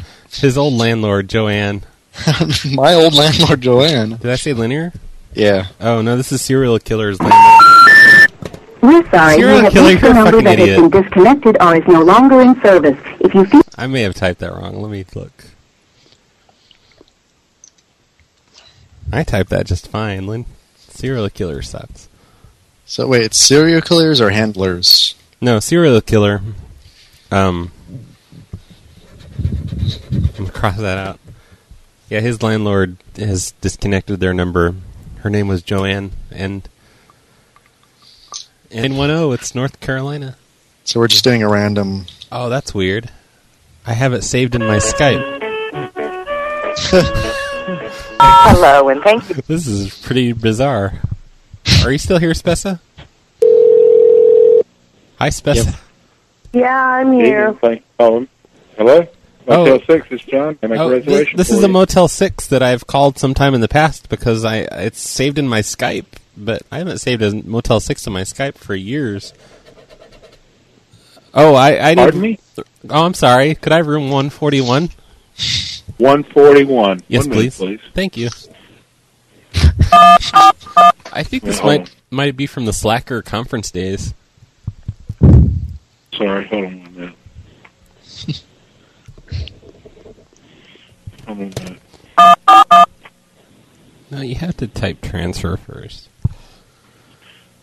[SPEAKER 2] his old landlord, Joanne.
[SPEAKER 7] my old landlord, Joanne.
[SPEAKER 2] Did I say Linear?
[SPEAKER 7] Yeah.
[SPEAKER 2] Oh, no, this is serial killer's landlord.
[SPEAKER 19] We're sorry,
[SPEAKER 2] Serial
[SPEAKER 19] we have
[SPEAKER 2] killer,
[SPEAKER 19] reached a
[SPEAKER 2] you're a
[SPEAKER 19] number
[SPEAKER 2] fucking
[SPEAKER 19] that has
[SPEAKER 2] idiot.
[SPEAKER 19] been disconnected or is no longer in service. If you feel
[SPEAKER 2] I may have typed that wrong. Let me look. I typed that just fine. Lin- serial killer sucks.
[SPEAKER 7] So wait, it's serial killers or handlers?
[SPEAKER 2] No, serial killer. Um, I'm gonna cross that out. Yeah, his landlord has disconnected their number. Her name was Joanne, and and one zero. It's North Carolina.
[SPEAKER 7] So we're just doing a random.
[SPEAKER 2] Oh, that's weird. I have it saved in my Skype.
[SPEAKER 20] Hello, and thank you.
[SPEAKER 2] This is pretty bizarre. Are you still here, Spessa? Hi, Spessa.
[SPEAKER 16] Yeah, I'm here.
[SPEAKER 21] Thank you. Oh, hello?
[SPEAKER 2] Oh.
[SPEAKER 21] Motel 6, it's John. Can I make
[SPEAKER 2] Oh,
[SPEAKER 21] a
[SPEAKER 2] thi-
[SPEAKER 21] reservation
[SPEAKER 2] this
[SPEAKER 21] for
[SPEAKER 2] is
[SPEAKER 21] you?
[SPEAKER 2] a Motel Six that I've called sometime in the past because I it's saved in my Skype, but I haven't saved a Motel Six in my Skype for years. Oh, I, I need.
[SPEAKER 21] Pardon me?
[SPEAKER 2] Oh, I'm sorry. Could I have room one forty one?
[SPEAKER 21] 141.
[SPEAKER 2] Yes,
[SPEAKER 21] One minute,
[SPEAKER 2] please. Thank you. I think this
[SPEAKER 21] Wait, hold
[SPEAKER 2] might might be from the Slacker conference days.
[SPEAKER 21] Sorry, hold on one minute. hold on a minute.
[SPEAKER 2] No, you have to type transfer first.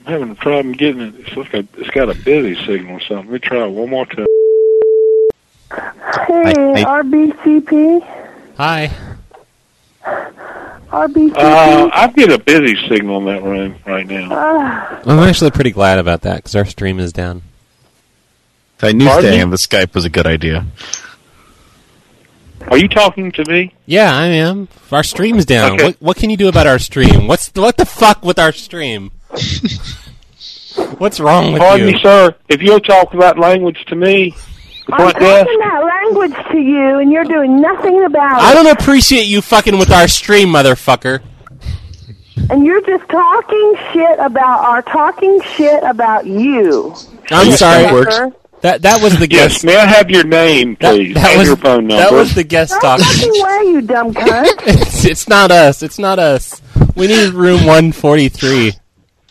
[SPEAKER 21] I'm having a problem getting it. It's like a, it's got a busy signal or something. Let me try it one more time.
[SPEAKER 16] Hey, RBCP.
[SPEAKER 2] Hi.
[SPEAKER 16] RBCP.
[SPEAKER 21] Uh, I get a busy signal in that room right now.
[SPEAKER 16] Ah,
[SPEAKER 2] I'm actually pretty glad about that because our stream is down.
[SPEAKER 5] I knew
[SPEAKER 21] Pardon
[SPEAKER 5] staying
[SPEAKER 21] me?
[SPEAKER 5] on the Skype was a good idea.
[SPEAKER 21] Are you talking to me?
[SPEAKER 2] Yeah, I am. Our stream's down.
[SPEAKER 21] Okay.
[SPEAKER 2] What, what can you do about our stream? What's what the fuck with our stream? What's wrong with
[SPEAKER 21] Pardon
[SPEAKER 2] you?
[SPEAKER 21] me, sir. If you'll talk that language to me, the
[SPEAKER 16] I'm
[SPEAKER 21] front desk.
[SPEAKER 16] talking that language to you, and you're doing nothing about
[SPEAKER 2] I
[SPEAKER 16] it.
[SPEAKER 2] don't appreciate you fucking with our stream, motherfucker.
[SPEAKER 16] And you're just talking shit about our talking shit about you.
[SPEAKER 2] I'm
[SPEAKER 16] Yes,
[SPEAKER 2] sorry.
[SPEAKER 16] that works.
[SPEAKER 2] That that was the
[SPEAKER 21] yes.
[SPEAKER 2] guest.
[SPEAKER 21] May I have your name, please,
[SPEAKER 2] that
[SPEAKER 21] and
[SPEAKER 2] was-
[SPEAKER 21] your phone number?
[SPEAKER 2] that was the guest talking.
[SPEAKER 16] Fucking way, you dumb cunt.
[SPEAKER 2] it's, it's not us. It's not us. We need room 143.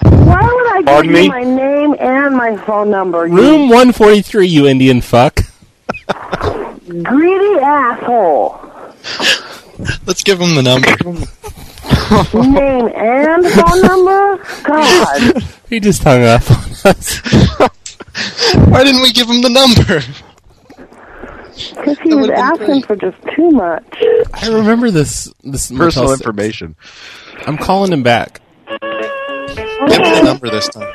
[SPEAKER 16] Why would I
[SPEAKER 2] Pardon
[SPEAKER 16] give
[SPEAKER 2] me?
[SPEAKER 16] you my name name and my phone number. you
[SPEAKER 2] Room 143, you Indian fuck.
[SPEAKER 16] greedy asshole.
[SPEAKER 7] Let's give him the number.
[SPEAKER 16] name and phone number? God.
[SPEAKER 2] He just hung up on us.
[SPEAKER 7] Why didn't we give him the number?
[SPEAKER 16] Because he was asking for just too much.
[SPEAKER 2] I remember this. this
[SPEAKER 5] Personal
[SPEAKER 2] Motel Six.
[SPEAKER 5] information.
[SPEAKER 2] I'm calling him back.
[SPEAKER 7] Give him the number this time.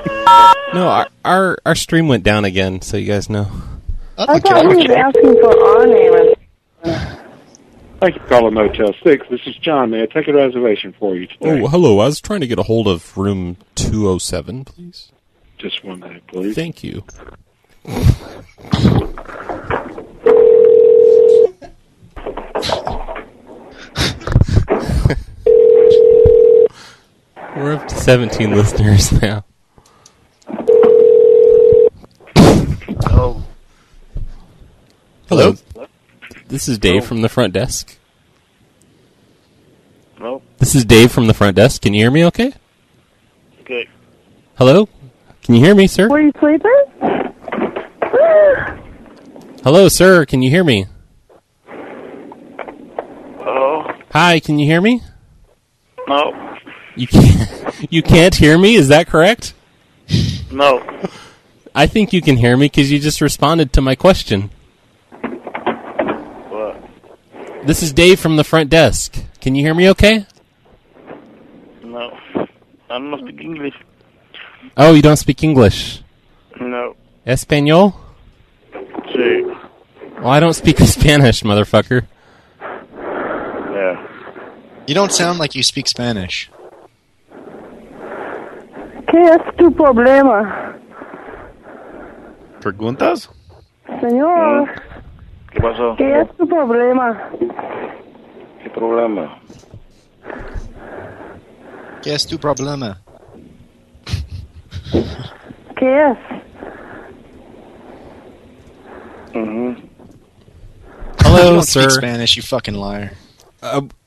[SPEAKER 2] No, our, our our stream went down again, so you guys know.
[SPEAKER 16] I thought he was asking for our name. and-
[SPEAKER 1] Thank you for calling Motel 6. This is John. May I take a reservation for you today?
[SPEAKER 2] Oh, hello. I was trying to get a hold of room 207, please.
[SPEAKER 1] Just one minute, please.
[SPEAKER 2] Thank you. We're up to 17 listeners now.
[SPEAKER 1] Oh.
[SPEAKER 2] Hello. This is Dave from the front desk.
[SPEAKER 1] Hello?
[SPEAKER 2] This is Dave from the front desk. Can you hear me okay?
[SPEAKER 1] Good.
[SPEAKER 2] Hello? Can you hear me, sir?
[SPEAKER 16] Were you sleeping?
[SPEAKER 2] Hello, sir. Can you hear me?
[SPEAKER 1] Hello?
[SPEAKER 2] Hi, can you hear me?
[SPEAKER 1] No.
[SPEAKER 2] You can't, you can't hear me? Is that correct?
[SPEAKER 1] No.
[SPEAKER 2] I think you can hear me because you just responded to my question.
[SPEAKER 1] What?
[SPEAKER 2] This is Dave from the front desk. Can you hear me okay?
[SPEAKER 1] No. I don't speak English.
[SPEAKER 2] Oh, you don't speak English.
[SPEAKER 1] No.
[SPEAKER 2] Espanol?
[SPEAKER 1] See.
[SPEAKER 2] Well, I don't speak Spanish, motherfucker.
[SPEAKER 1] Yeah.
[SPEAKER 7] You don't sound like you speak Spanish.
[SPEAKER 16] ¿Qué es tu problema,
[SPEAKER 5] Preguntas?
[SPEAKER 16] señor?
[SPEAKER 1] ¿Qué
[SPEAKER 5] Hmm?
[SPEAKER 1] pasó?
[SPEAKER 16] ¿Qué es tu problema?
[SPEAKER 1] ¿Qué problema?
[SPEAKER 7] ¿Qué es tu problema?
[SPEAKER 16] ¿Qué es?
[SPEAKER 7] you
[SPEAKER 2] Hello,
[SPEAKER 7] don't
[SPEAKER 2] sir.
[SPEAKER 7] speak Spanish, you fucking liar.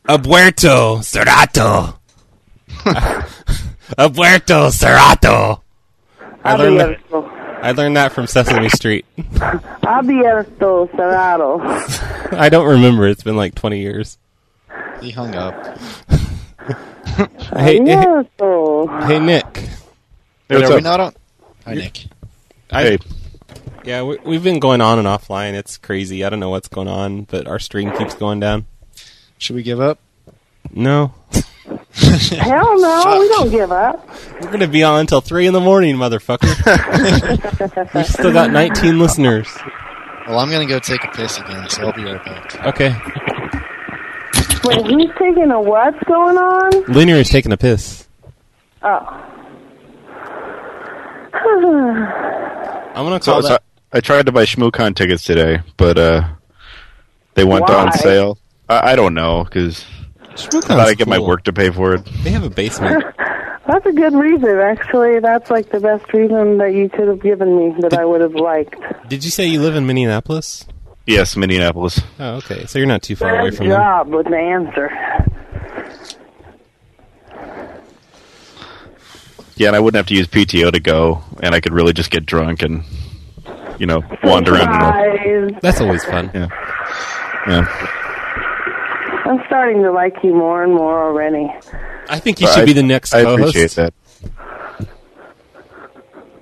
[SPEAKER 2] Abuerto Cerrato. Abuerto Cerrato. I learned, that, I learned that from Sesame Street.
[SPEAKER 16] Abierto, cerrado.
[SPEAKER 2] I don't remember. It's been like 20 years.
[SPEAKER 7] He hung up.
[SPEAKER 2] Hey, hey,
[SPEAKER 16] Abierto.
[SPEAKER 2] hey, Nick.
[SPEAKER 7] Wait, are we not on? Hi, Nick.
[SPEAKER 2] I, Yeah, we, we've been going on and offline. It's crazy. I don't know what's going on, but our stream keeps going down.
[SPEAKER 7] Should we give up?
[SPEAKER 2] No.
[SPEAKER 16] Hell no, we don't give up.
[SPEAKER 2] We're going to be on until 3 in the morning, motherfucker. We've still got 19 listeners.
[SPEAKER 7] Well, I'm gonna go take a piss again, so I'll be right back.
[SPEAKER 2] Okay.
[SPEAKER 16] Wait, he's taking a what's going on?
[SPEAKER 2] Linear is taking a piss.
[SPEAKER 16] Oh.
[SPEAKER 2] I'm gonna
[SPEAKER 5] So,
[SPEAKER 2] call
[SPEAKER 5] so
[SPEAKER 2] that.
[SPEAKER 5] I tried to buy ShmooCon tickets today, but uh, they went
[SPEAKER 16] Why?
[SPEAKER 5] on sale. I, I don't know because I
[SPEAKER 2] ShmooCon's
[SPEAKER 5] thought I'd get my
[SPEAKER 2] cool.
[SPEAKER 5] work to pay for it.
[SPEAKER 2] They have a basement.
[SPEAKER 16] That's a good reason, actually. That's like the best reason that you could have given me that I would have liked.
[SPEAKER 2] Did you say you live in Minneapolis?
[SPEAKER 5] Yes, Minneapolis.
[SPEAKER 2] Oh, okay. So you're not too far away
[SPEAKER 16] Good
[SPEAKER 2] from them.
[SPEAKER 16] job with the answer.
[SPEAKER 5] Yeah, and I wouldn't have to use PTO to go, and I could really just get drunk and you know wander around.
[SPEAKER 16] Guys,
[SPEAKER 2] That's always fun.
[SPEAKER 5] Yeah. Yeah.
[SPEAKER 16] I'm starting to like you more and more already.
[SPEAKER 2] I think you
[SPEAKER 5] But
[SPEAKER 2] should
[SPEAKER 5] I-
[SPEAKER 2] be the next
[SPEAKER 5] I
[SPEAKER 2] co-host.
[SPEAKER 5] appreciate that.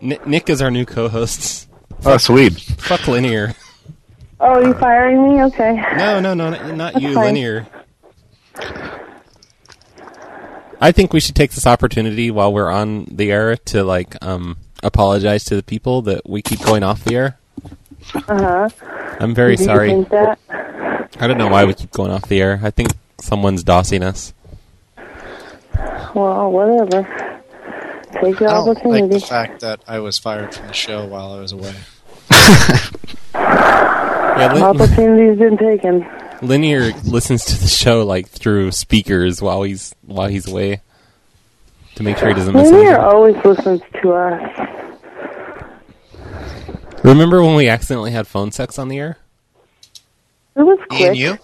[SPEAKER 2] Ni- Nick is our new co-host.
[SPEAKER 5] Oh, sweet.
[SPEAKER 2] Fuck linear.
[SPEAKER 16] Oh, you firing me? Okay.
[SPEAKER 2] No, no, no, not, not you,
[SPEAKER 16] That's fine.
[SPEAKER 2] linear. I think we should take this opportunity while we're on the air to like um apologize to the people that we keep going off the air.
[SPEAKER 16] Uh huh.
[SPEAKER 2] I'm very
[SPEAKER 16] Did
[SPEAKER 2] sorry.
[SPEAKER 16] You think that?
[SPEAKER 2] I don't know why we keep going off the air. I think someone's dossing us.
[SPEAKER 16] Well, whatever. Take the
[SPEAKER 7] I
[SPEAKER 2] Oh,
[SPEAKER 7] don't like
[SPEAKER 16] opportunity.
[SPEAKER 7] the fact that I was fired from the show while I was away.
[SPEAKER 2] Yeah, Lin-
[SPEAKER 16] Opportunity's been taken.
[SPEAKER 2] Linear listens to the show like through speakers while he's while he's away to make sure he doesn't miss
[SPEAKER 16] Lanier
[SPEAKER 2] anything.
[SPEAKER 16] always listens to us.
[SPEAKER 2] Remember when we accidentally had phone sex on the air?
[SPEAKER 16] It was
[SPEAKER 7] Me
[SPEAKER 16] quick.
[SPEAKER 7] and you?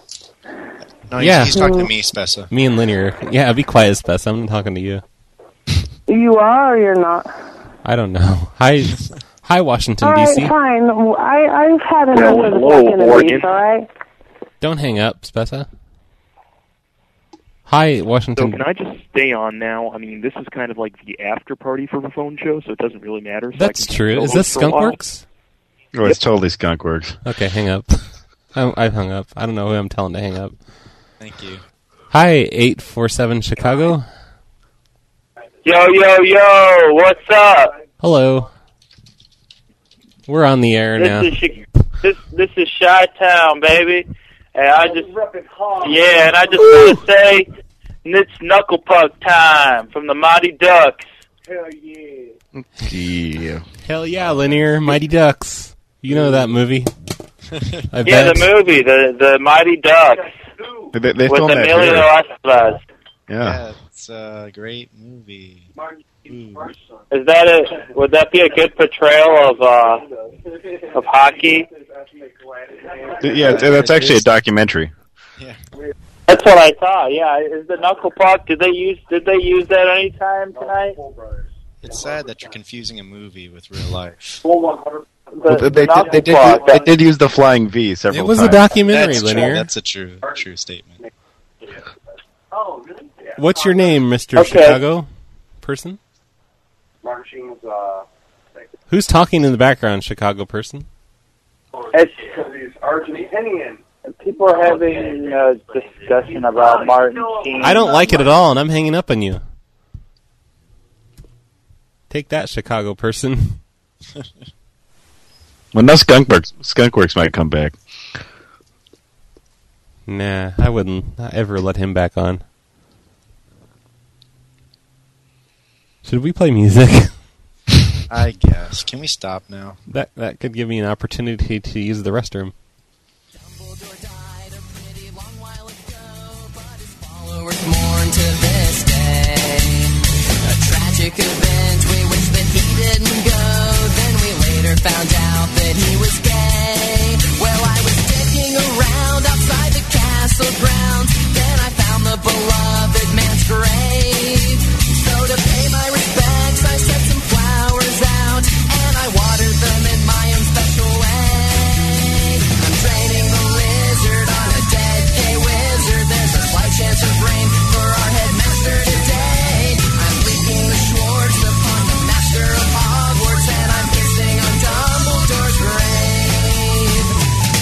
[SPEAKER 7] No,
[SPEAKER 2] Yeah.
[SPEAKER 7] he's, he's talking to me, Spessa.
[SPEAKER 2] Me and Linear. Yeah, be quiet, Spess. I'm not talking to you.
[SPEAKER 16] You are or you're not?
[SPEAKER 2] I don't know. Hi, hi, Washington
[SPEAKER 20] all right,
[SPEAKER 2] D.C.
[SPEAKER 20] fine. I, I've had enough
[SPEAKER 2] Well,
[SPEAKER 20] of the
[SPEAKER 2] hello,
[SPEAKER 20] fucking
[SPEAKER 2] Oregon.
[SPEAKER 20] abuse, all right?
[SPEAKER 2] Don't hang up, Spessa. Hi,
[SPEAKER 8] So
[SPEAKER 2] Washington.
[SPEAKER 8] can I just stay on now? I mean, this is kind of like the after party for the phone show, so it doesn't really matter. So I
[SPEAKER 2] That's
[SPEAKER 8] can
[SPEAKER 2] true.
[SPEAKER 8] go
[SPEAKER 2] Is
[SPEAKER 8] on
[SPEAKER 2] this
[SPEAKER 8] for a while.
[SPEAKER 2] Skunkworks?
[SPEAKER 5] Oh, it's totally Skunkworks.
[SPEAKER 2] Okay, hang up. I, I've hung up. I don't know who I'm telling to hang up.
[SPEAKER 10] Thank you.
[SPEAKER 2] Hi, eight four seven Chicago.
[SPEAKER 12] Yo, yo, yo, what's up?
[SPEAKER 2] Hello. We're on the air
[SPEAKER 12] this
[SPEAKER 2] now.
[SPEAKER 12] Is Chi- this this is Chi Town, baby. And I just yeah, and I just want to say it's knuckle puck time from the Mighty Ducks.
[SPEAKER 5] Yeah.
[SPEAKER 2] Hell yeah, Linear Mighty Ducks. You know that movie? I
[SPEAKER 12] yeah,
[SPEAKER 2] bet.
[SPEAKER 12] the movie, the the Mighty Ducks
[SPEAKER 5] They, they
[SPEAKER 12] with
[SPEAKER 5] filmed that
[SPEAKER 12] Emilio
[SPEAKER 5] here.
[SPEAKER 12] Estevez.
[SPEAKER 5] Yeah.
[SPEAKER 22] It's a great movie.
[SPEAKER 12] Is that a would that be a good portrayal of uh of hockey?
[SPEAKER 5] Uh, Yeah, th- that's actually a documentary.
[SPEAKER 12] That's what I thought. Yeah, is the knuckle puck? Did they use did they use that any time tonight?
[SPEAKER 22] It's sad that you're confusing a movie with real life.
[SPEAKER 5] Well, they, did, they, did, they did use the flying V
[SPEAKER 22] It
[SPEAKER 5] several times.
[SPEAKER 22] was a
[SPEAKER 2] documentary,
[SPEAKER 22] That's true.
[SPEAKER 2] Linear.
[SPEAKER 22] That's a true, true statement.
[SPEAKER 2] What's your name, Mr.
[SPEAKER 22] Okay.
[SPEAKER 2] Chicago person? Who's talking in the background, Chicago person?
[SPEAKER 12] It's Argentinian. People are having a discussion about Martin Sheen.
[SPEAKER 2] I don't like it at all, and I'm hanging up on you. Take that, Chicago person.
[SPEAKER 5] Well, now Skunkworks, Skunkworks might come back.
[SPEAKER 2] Nah, I wouldn't ever let him back on. Should we play music?
[SPEAKER 22] I guess. Can we stop now?
[SPEAKER 2] that that could give me an opportunity to use the restroom.
[SPEAKER 4] followers mourn to this day. A tragic event, we wish that he didn't go. Then we later found out that he was gay. Well, I was digging around outside the castle grounds. Then I found the beloved man's grave. So to pay my respects, I set some flowers out. And I watered them in my own special way. I'm training the lizard on a dead gay wizard. There's a slight chance of rain for our headmaster today. I'm leaking the Schwartz upon the master of Hogwarts, and I'm pissing on Dumbledore's grave.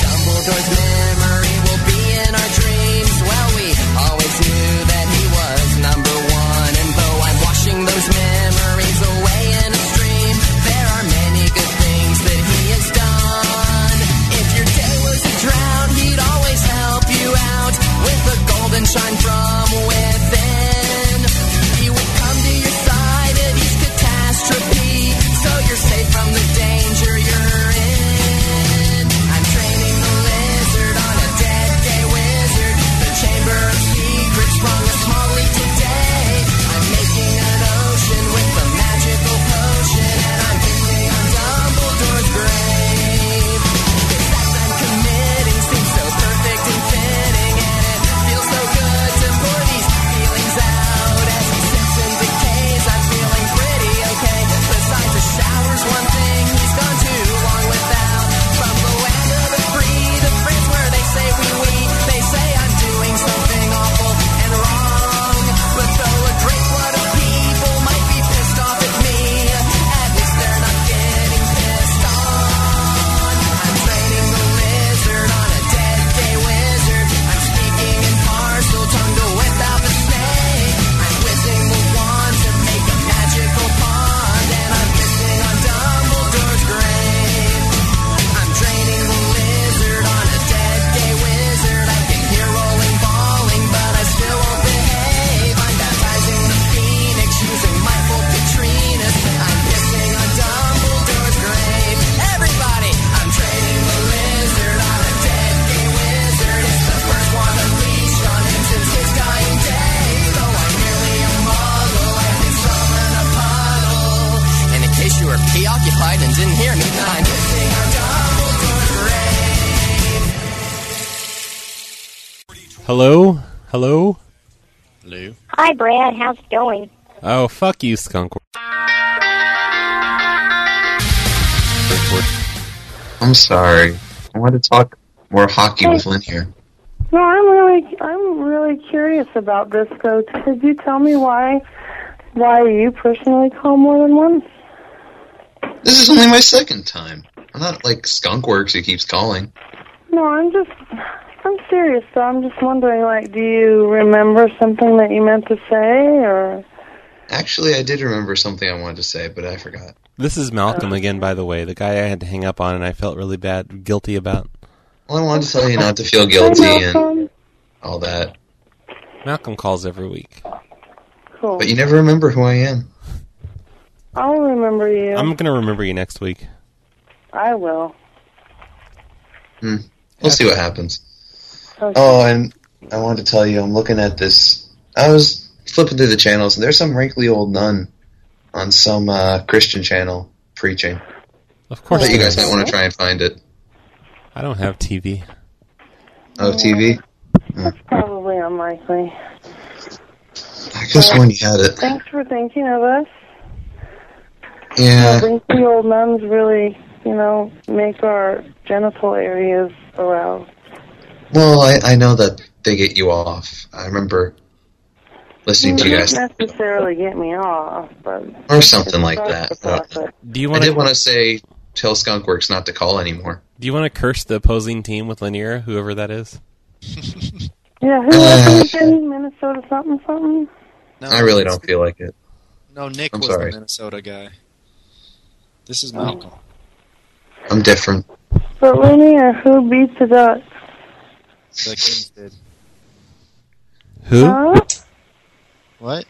[SPEAKER 4] Dumbledore's memory will be in our dreams. Well, we always knew that he was number one, and though I'm washing those memories away in a stream, there are many good things that he has done. If your day was a drown, he'd always help you out with a golden shine from within. He would come to your side at each catastrophe, so you're safe from the danger you're in. I'm training the lizard on a dead gay wizard. The chamber of secrets sprung a small leak today. I'm making an ocean with a magical potion, and I'm pissing on Dumbledore's grave. I'm committing seems so perfect and fitting, and it feels so good to pour these feelings out. As he sips and decays, I'm feeling pretty okay. Besides, the shower's one thing he's gone too long without. From the land of the free, the friends where they say we we, they say I'm doing something awful and wrong. But though a great flood of people might be pissed off at me, at least they're not getting pissed on. I'm training the lizard on a dead gay wizard. I'm speaking in parcel tongue to whip out the snake. I'm whizzing the wand to make a magical pond, and I'm pissing on Dumbledore's grave. I'm training the lizard on a dead gay wizard. I can hear rolling falling, but I still won't behave. I'm baptizing the phoenix using Michael Petrinus. I'm pissing on Dumbledore's grave. Everybody, I'm training the lizard on a dead gay wizard. It's the first one unleashed on him since his dying day. Though I'm merely a model, I can summon a puddle. And in case you were preoccupied and didn't hear me, I'm pissing on Dumbledore's grave.
[SPEAKER 2] Hello, hello.
[SPEAKER 22] Lou.
[SPEAKER 23] Hi, Brad. How's it going?
[SPEAKER 2] Oh fuck you, skunk.
[SPEAKER 11] I'm sorry. I want to talk more hockey with Lynn here.
[SPEAKER 16] No, I'm really, I'm really curious about this though. Could you tell me why, why you personally call more than one?
[SPEAKER 11] This is only my second time. I'm not like Skunk Works who keeps calling.
[SPEAKER 16] No, I'm just, I'm serious though. I'm just wondering, like, do you remember something that you meant to say, or?
[SPEAKER 11] Actually, I did remember something I wanted to say, but I forgot.
[SPEAKER 2] This is Malcolm again, by the way, the guy I had to hang up on, and I felt really bad, guilty about.
[SPEAKER 11] Well, I wanted to tell you not to feel guilty and all that,
[SPEAKER 2] Malcolm calls every week.
[SPEAKER 16] Cool.
[SPEAKER 11] but you never remember who I am.
[SPEAKER 16] I'll remember you.
[SPEAKER 2] I'm gonna remember you next week.
[SPEAKER 16] I will.
[SPEAKER 11] Hmm. We'll see what happens. Oh, and I wanted to tell you, I'm looking at this. I was flipping through the channels, and there's some wrinkly old nun on some uh, Christian channel preaching.
[SPEAKER 2] Of course,
[SPEAKER 11] I thought you
[SPEAKER 2] there
[SPEAKER 11] guys might
[SPEAKER 2] is.
[SPEAKER 11] want to try and find it.
[SPEAKER 2] I don't have TV.
[SPEAKER 11] Oh, TV.
[SPEAKER 16] Probably unlikely.
[SPEAKER 11] I just when you had it.
[SPEAKER 16] Thanks for thinking of us.
[SPEAKER 11] Yeah.
[SPEAKER 16] The old nuns really, you know, make our genital areas aroused.
[SPEAKER 11] Well, I, I know that they get you off. I remember listening to you guys
[SPEAKER 16] not necessarily get me off, but
[SPEAKER 11] or something like that. I don't know.
[SPEAKER 2] Do you
[SPEAKER 11] I
[SPEAKER 2] want
[SPEAKER 11] did
[SPEAKER 2] to?
[SPEAKER 11] want to say tell Skunkworks not to call anymore.
[SPEAKER 2] Do you want to curse the opposing team with Lanier, whoever that is?
[SPEAKER 16] yeah,
[SPEAKER 2] Uh,
[SPEAKER 16] who was it again? Minnesota something something.
[SPEAKER 11] I really don't feel like it.
[SPEAKER 7] No, Nick
[SPEAKER 11] I'm
[SPEAKER 7] was
[SPEAKER 11] sorry.
[SPEAKER 7] the Minnesota guy. This
[SPEAKER 2] Oh.
[SPEAKER 7] is Malcolm.
[SPEAKER 11] I'm different.
[SPEAKER 16] But Linear, who beat the Ducks?
[SPEAKER 7] The Kings did.
[SPEAKER 2] Who?
[SPEAKER 16] Huh?
[SPEAKER 7] What?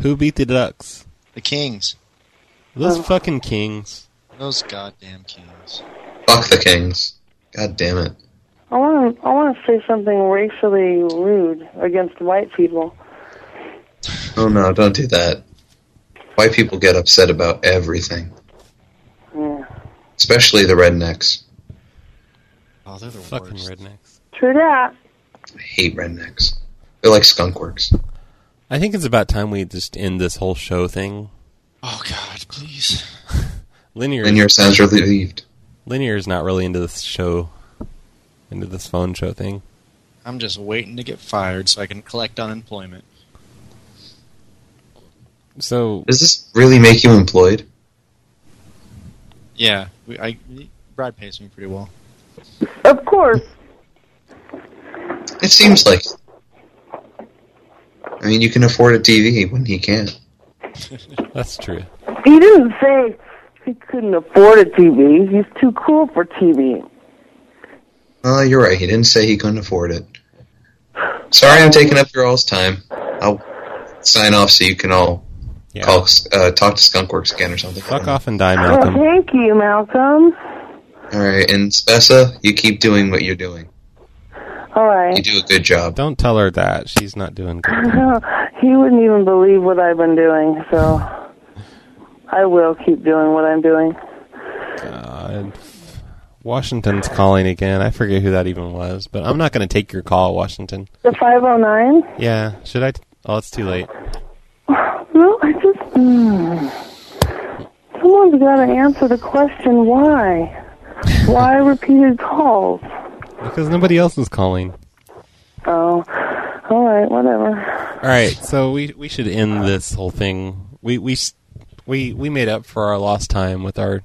[SPEAKER 2] Who beat the Ducks?
[SPEAKER 7] The Kings.
[SPEAKER 2] Those fucking Kings.
[SPEAKER 7] Those goddamn Kings.
[SPEAKER 11] Fuck the Kings. God damn it.
[SPEAKER 16] I want to. I want to say something racially rude against white people.
[SPEAKER 11] Oh no, don't do that. White people get upset about everything,
[SPEAKER 16] Yeah,
[SPEAKER 11] especially the rednecks.
[SPEAKER 7] Oh, they're the
[SPEAKER 2] fucking rednecks.
[SPEAKER 16] true that.
[SPEAKER 11] I hate rednecks. They're like skunkworks.
[SPEAKER 2] I think it's about time we just end this whole show thing.
[SPEAKER 7] Oh God, please.
[SPEAKER 2] Linear.
[SPEAKER 11] Linear sounds relieved.
[SPEAKER 2] Linear is not really into this show, into this phone show thing.
[SPEAKER 7] I'm just waiting to get fired so I can collect unemployment.
[SPEAKER 2] So
[SPEAKER 11] does this really make you employed?
[SPEAKER 7] Yeah, we, I Brad pays me pretty well.
[SPEAKER 16] Of course.
[SPEAKER 11] It seems like. I mean, you can afford a TV when he can't.
[SPEAKER 2] That's true.
[SPEAKER 16] He didn't say he couldn't afford a TV. He's too cool for TV.
[SPEAKER 11] Oh, you're right. He didn't say he couldn't afford it. Sorry, I'm taking up your all's time. I'll sign off so you can all call, uh, talk to Skunkworks again or something.
[SPEAKER 2] Fuck off and die,
[SPEAKER 16] Well,
[SPEAKER 2] Malcolm.
[SPEAKER 16] thank you, Malcolm.
[SPEAKER 11] All right, and Spessa, you keep doing what you're doing.
[SPEAKER 16] All right.
[SPEAKER 11] You do a good job.
[SPEAKER 2] Don't tell her that. She's not doing good.
[SPEAKER 16] he wouldn't even believe what I've been doing, so I will keep doing what I'm doing.
[SPEAKER 2] God. Washington's calling again. I forget who that even was, but I'm not going to take your call, Washington.
[SPEAKER 16] The 509?
[SPEAKER 2] Yeah, should I? T- oh, it's too late.
[SPEAKER 16] No, I just. Hmm. Someone's got to answer the question why. Why repeated calls?
[SPEAKER 2] Because nobody else is calling.
[SPEAKER 16] Oh, all right, whatever.
[SPEAKER 2] All right, so we we should end this whole thing. We we s- we we made up for our lost time with our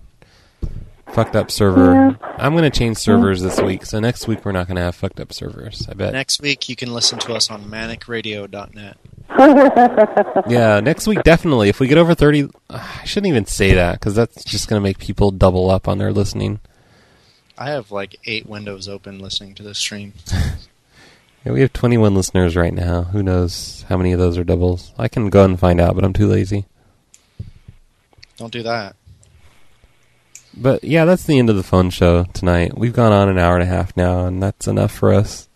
[SPEAKER 2] fucked up server. I'm going to change servers this week. So next week we're not going to have fucked up servers. I bet.
[SPEAKER 7] Next week you can listen to us on manicradio.net.
[SPEAKER 2] yeah, next week definitely. If we get over 30, I shouldn't even say that cuz that's just going to make people double up on their listening.
[SPEAKER 7] I have like eight windows open listening to this stream.
[SPEAKER 2] Yeah, we have 21 listeners right now. Who knows how many of those are doubles? I can go and find out, but I'm too lazy.
[SPEAKER 7] Don't do that.
[SPEAKER 2] But yeah, that's the end of the phone show tonight. We've gone on an hour and a half now, and that's enough for us.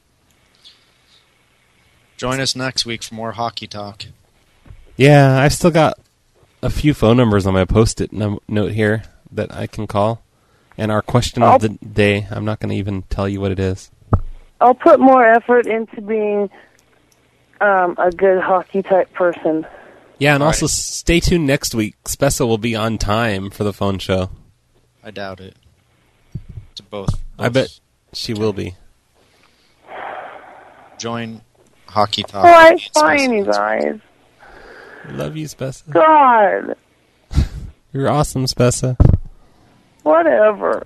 [SPEAKER 7] Join us next week for more hockey talk.
[SPEAKER 2] Yeah, I've still got a few phone numbers on my post-it num- note here that I can call. And our question of
[SPEAKER 16] Oh.
[SPEAKER 2] the day, I'm not going to even tell you what it is.
[SPEAKER 16] I'll put more effort into being um, a good hockey type person.
[SPEAKER 2] Yeah, and also stay tuned next week. Spessa will be on time for the phone show.
[SPEAKER 7] I doubt it. to both.
[SPEAKER 2] I bet she will be.
[SPEAKER 7] Join Hockey Talk.
[SPEAKER 16] Oh, I fine, you guys.
[SPEAKER 2] Love you, Spessa.
[SPEAKER 16] God,
[SPEAKER 2] You're awesome, Spessa.
[SPEAKER 16] whatever.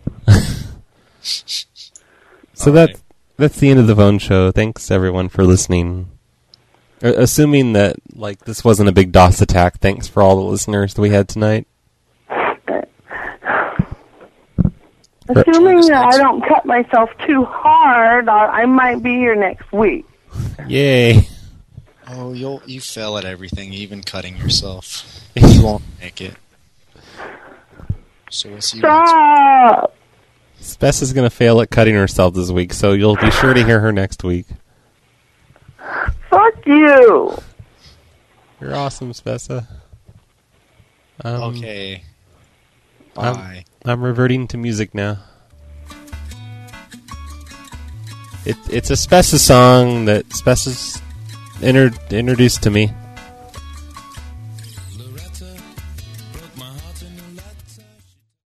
[SPEAKER 2] So that's that's the end of the phone show. Thanks everyone for listening. Uh, Assuming that like this wasn't a big DOS attack, thanks for all the listeners that we had tonight.
[SPEAKER 16] Assuming that I don't cut myself too hard, I, I might be here next week.
[SPEAKER 2] Yay!
[SPEAKER 7] Oh, you'll you fail at everything, even cutting yourself. you won't make it. So we'll see. you next-
[SPEAKER 16] Stop!
[SPEAKER 2] Spess is gonna fail at cutting herself this week, so you'll be sure to hear her next week.
[SPEAKER 16] Fuck you!
[SPEAKER 2] You're awesome, Spessa. Um,
[SPEAKER 7] okay.
[SPEAKER 2] I'm-
[SPEAKER 7] Bye.
[SPEAKER 2] I'm reverting to music now. It, it's a Spessa song that Spessa's inter- introduced to me.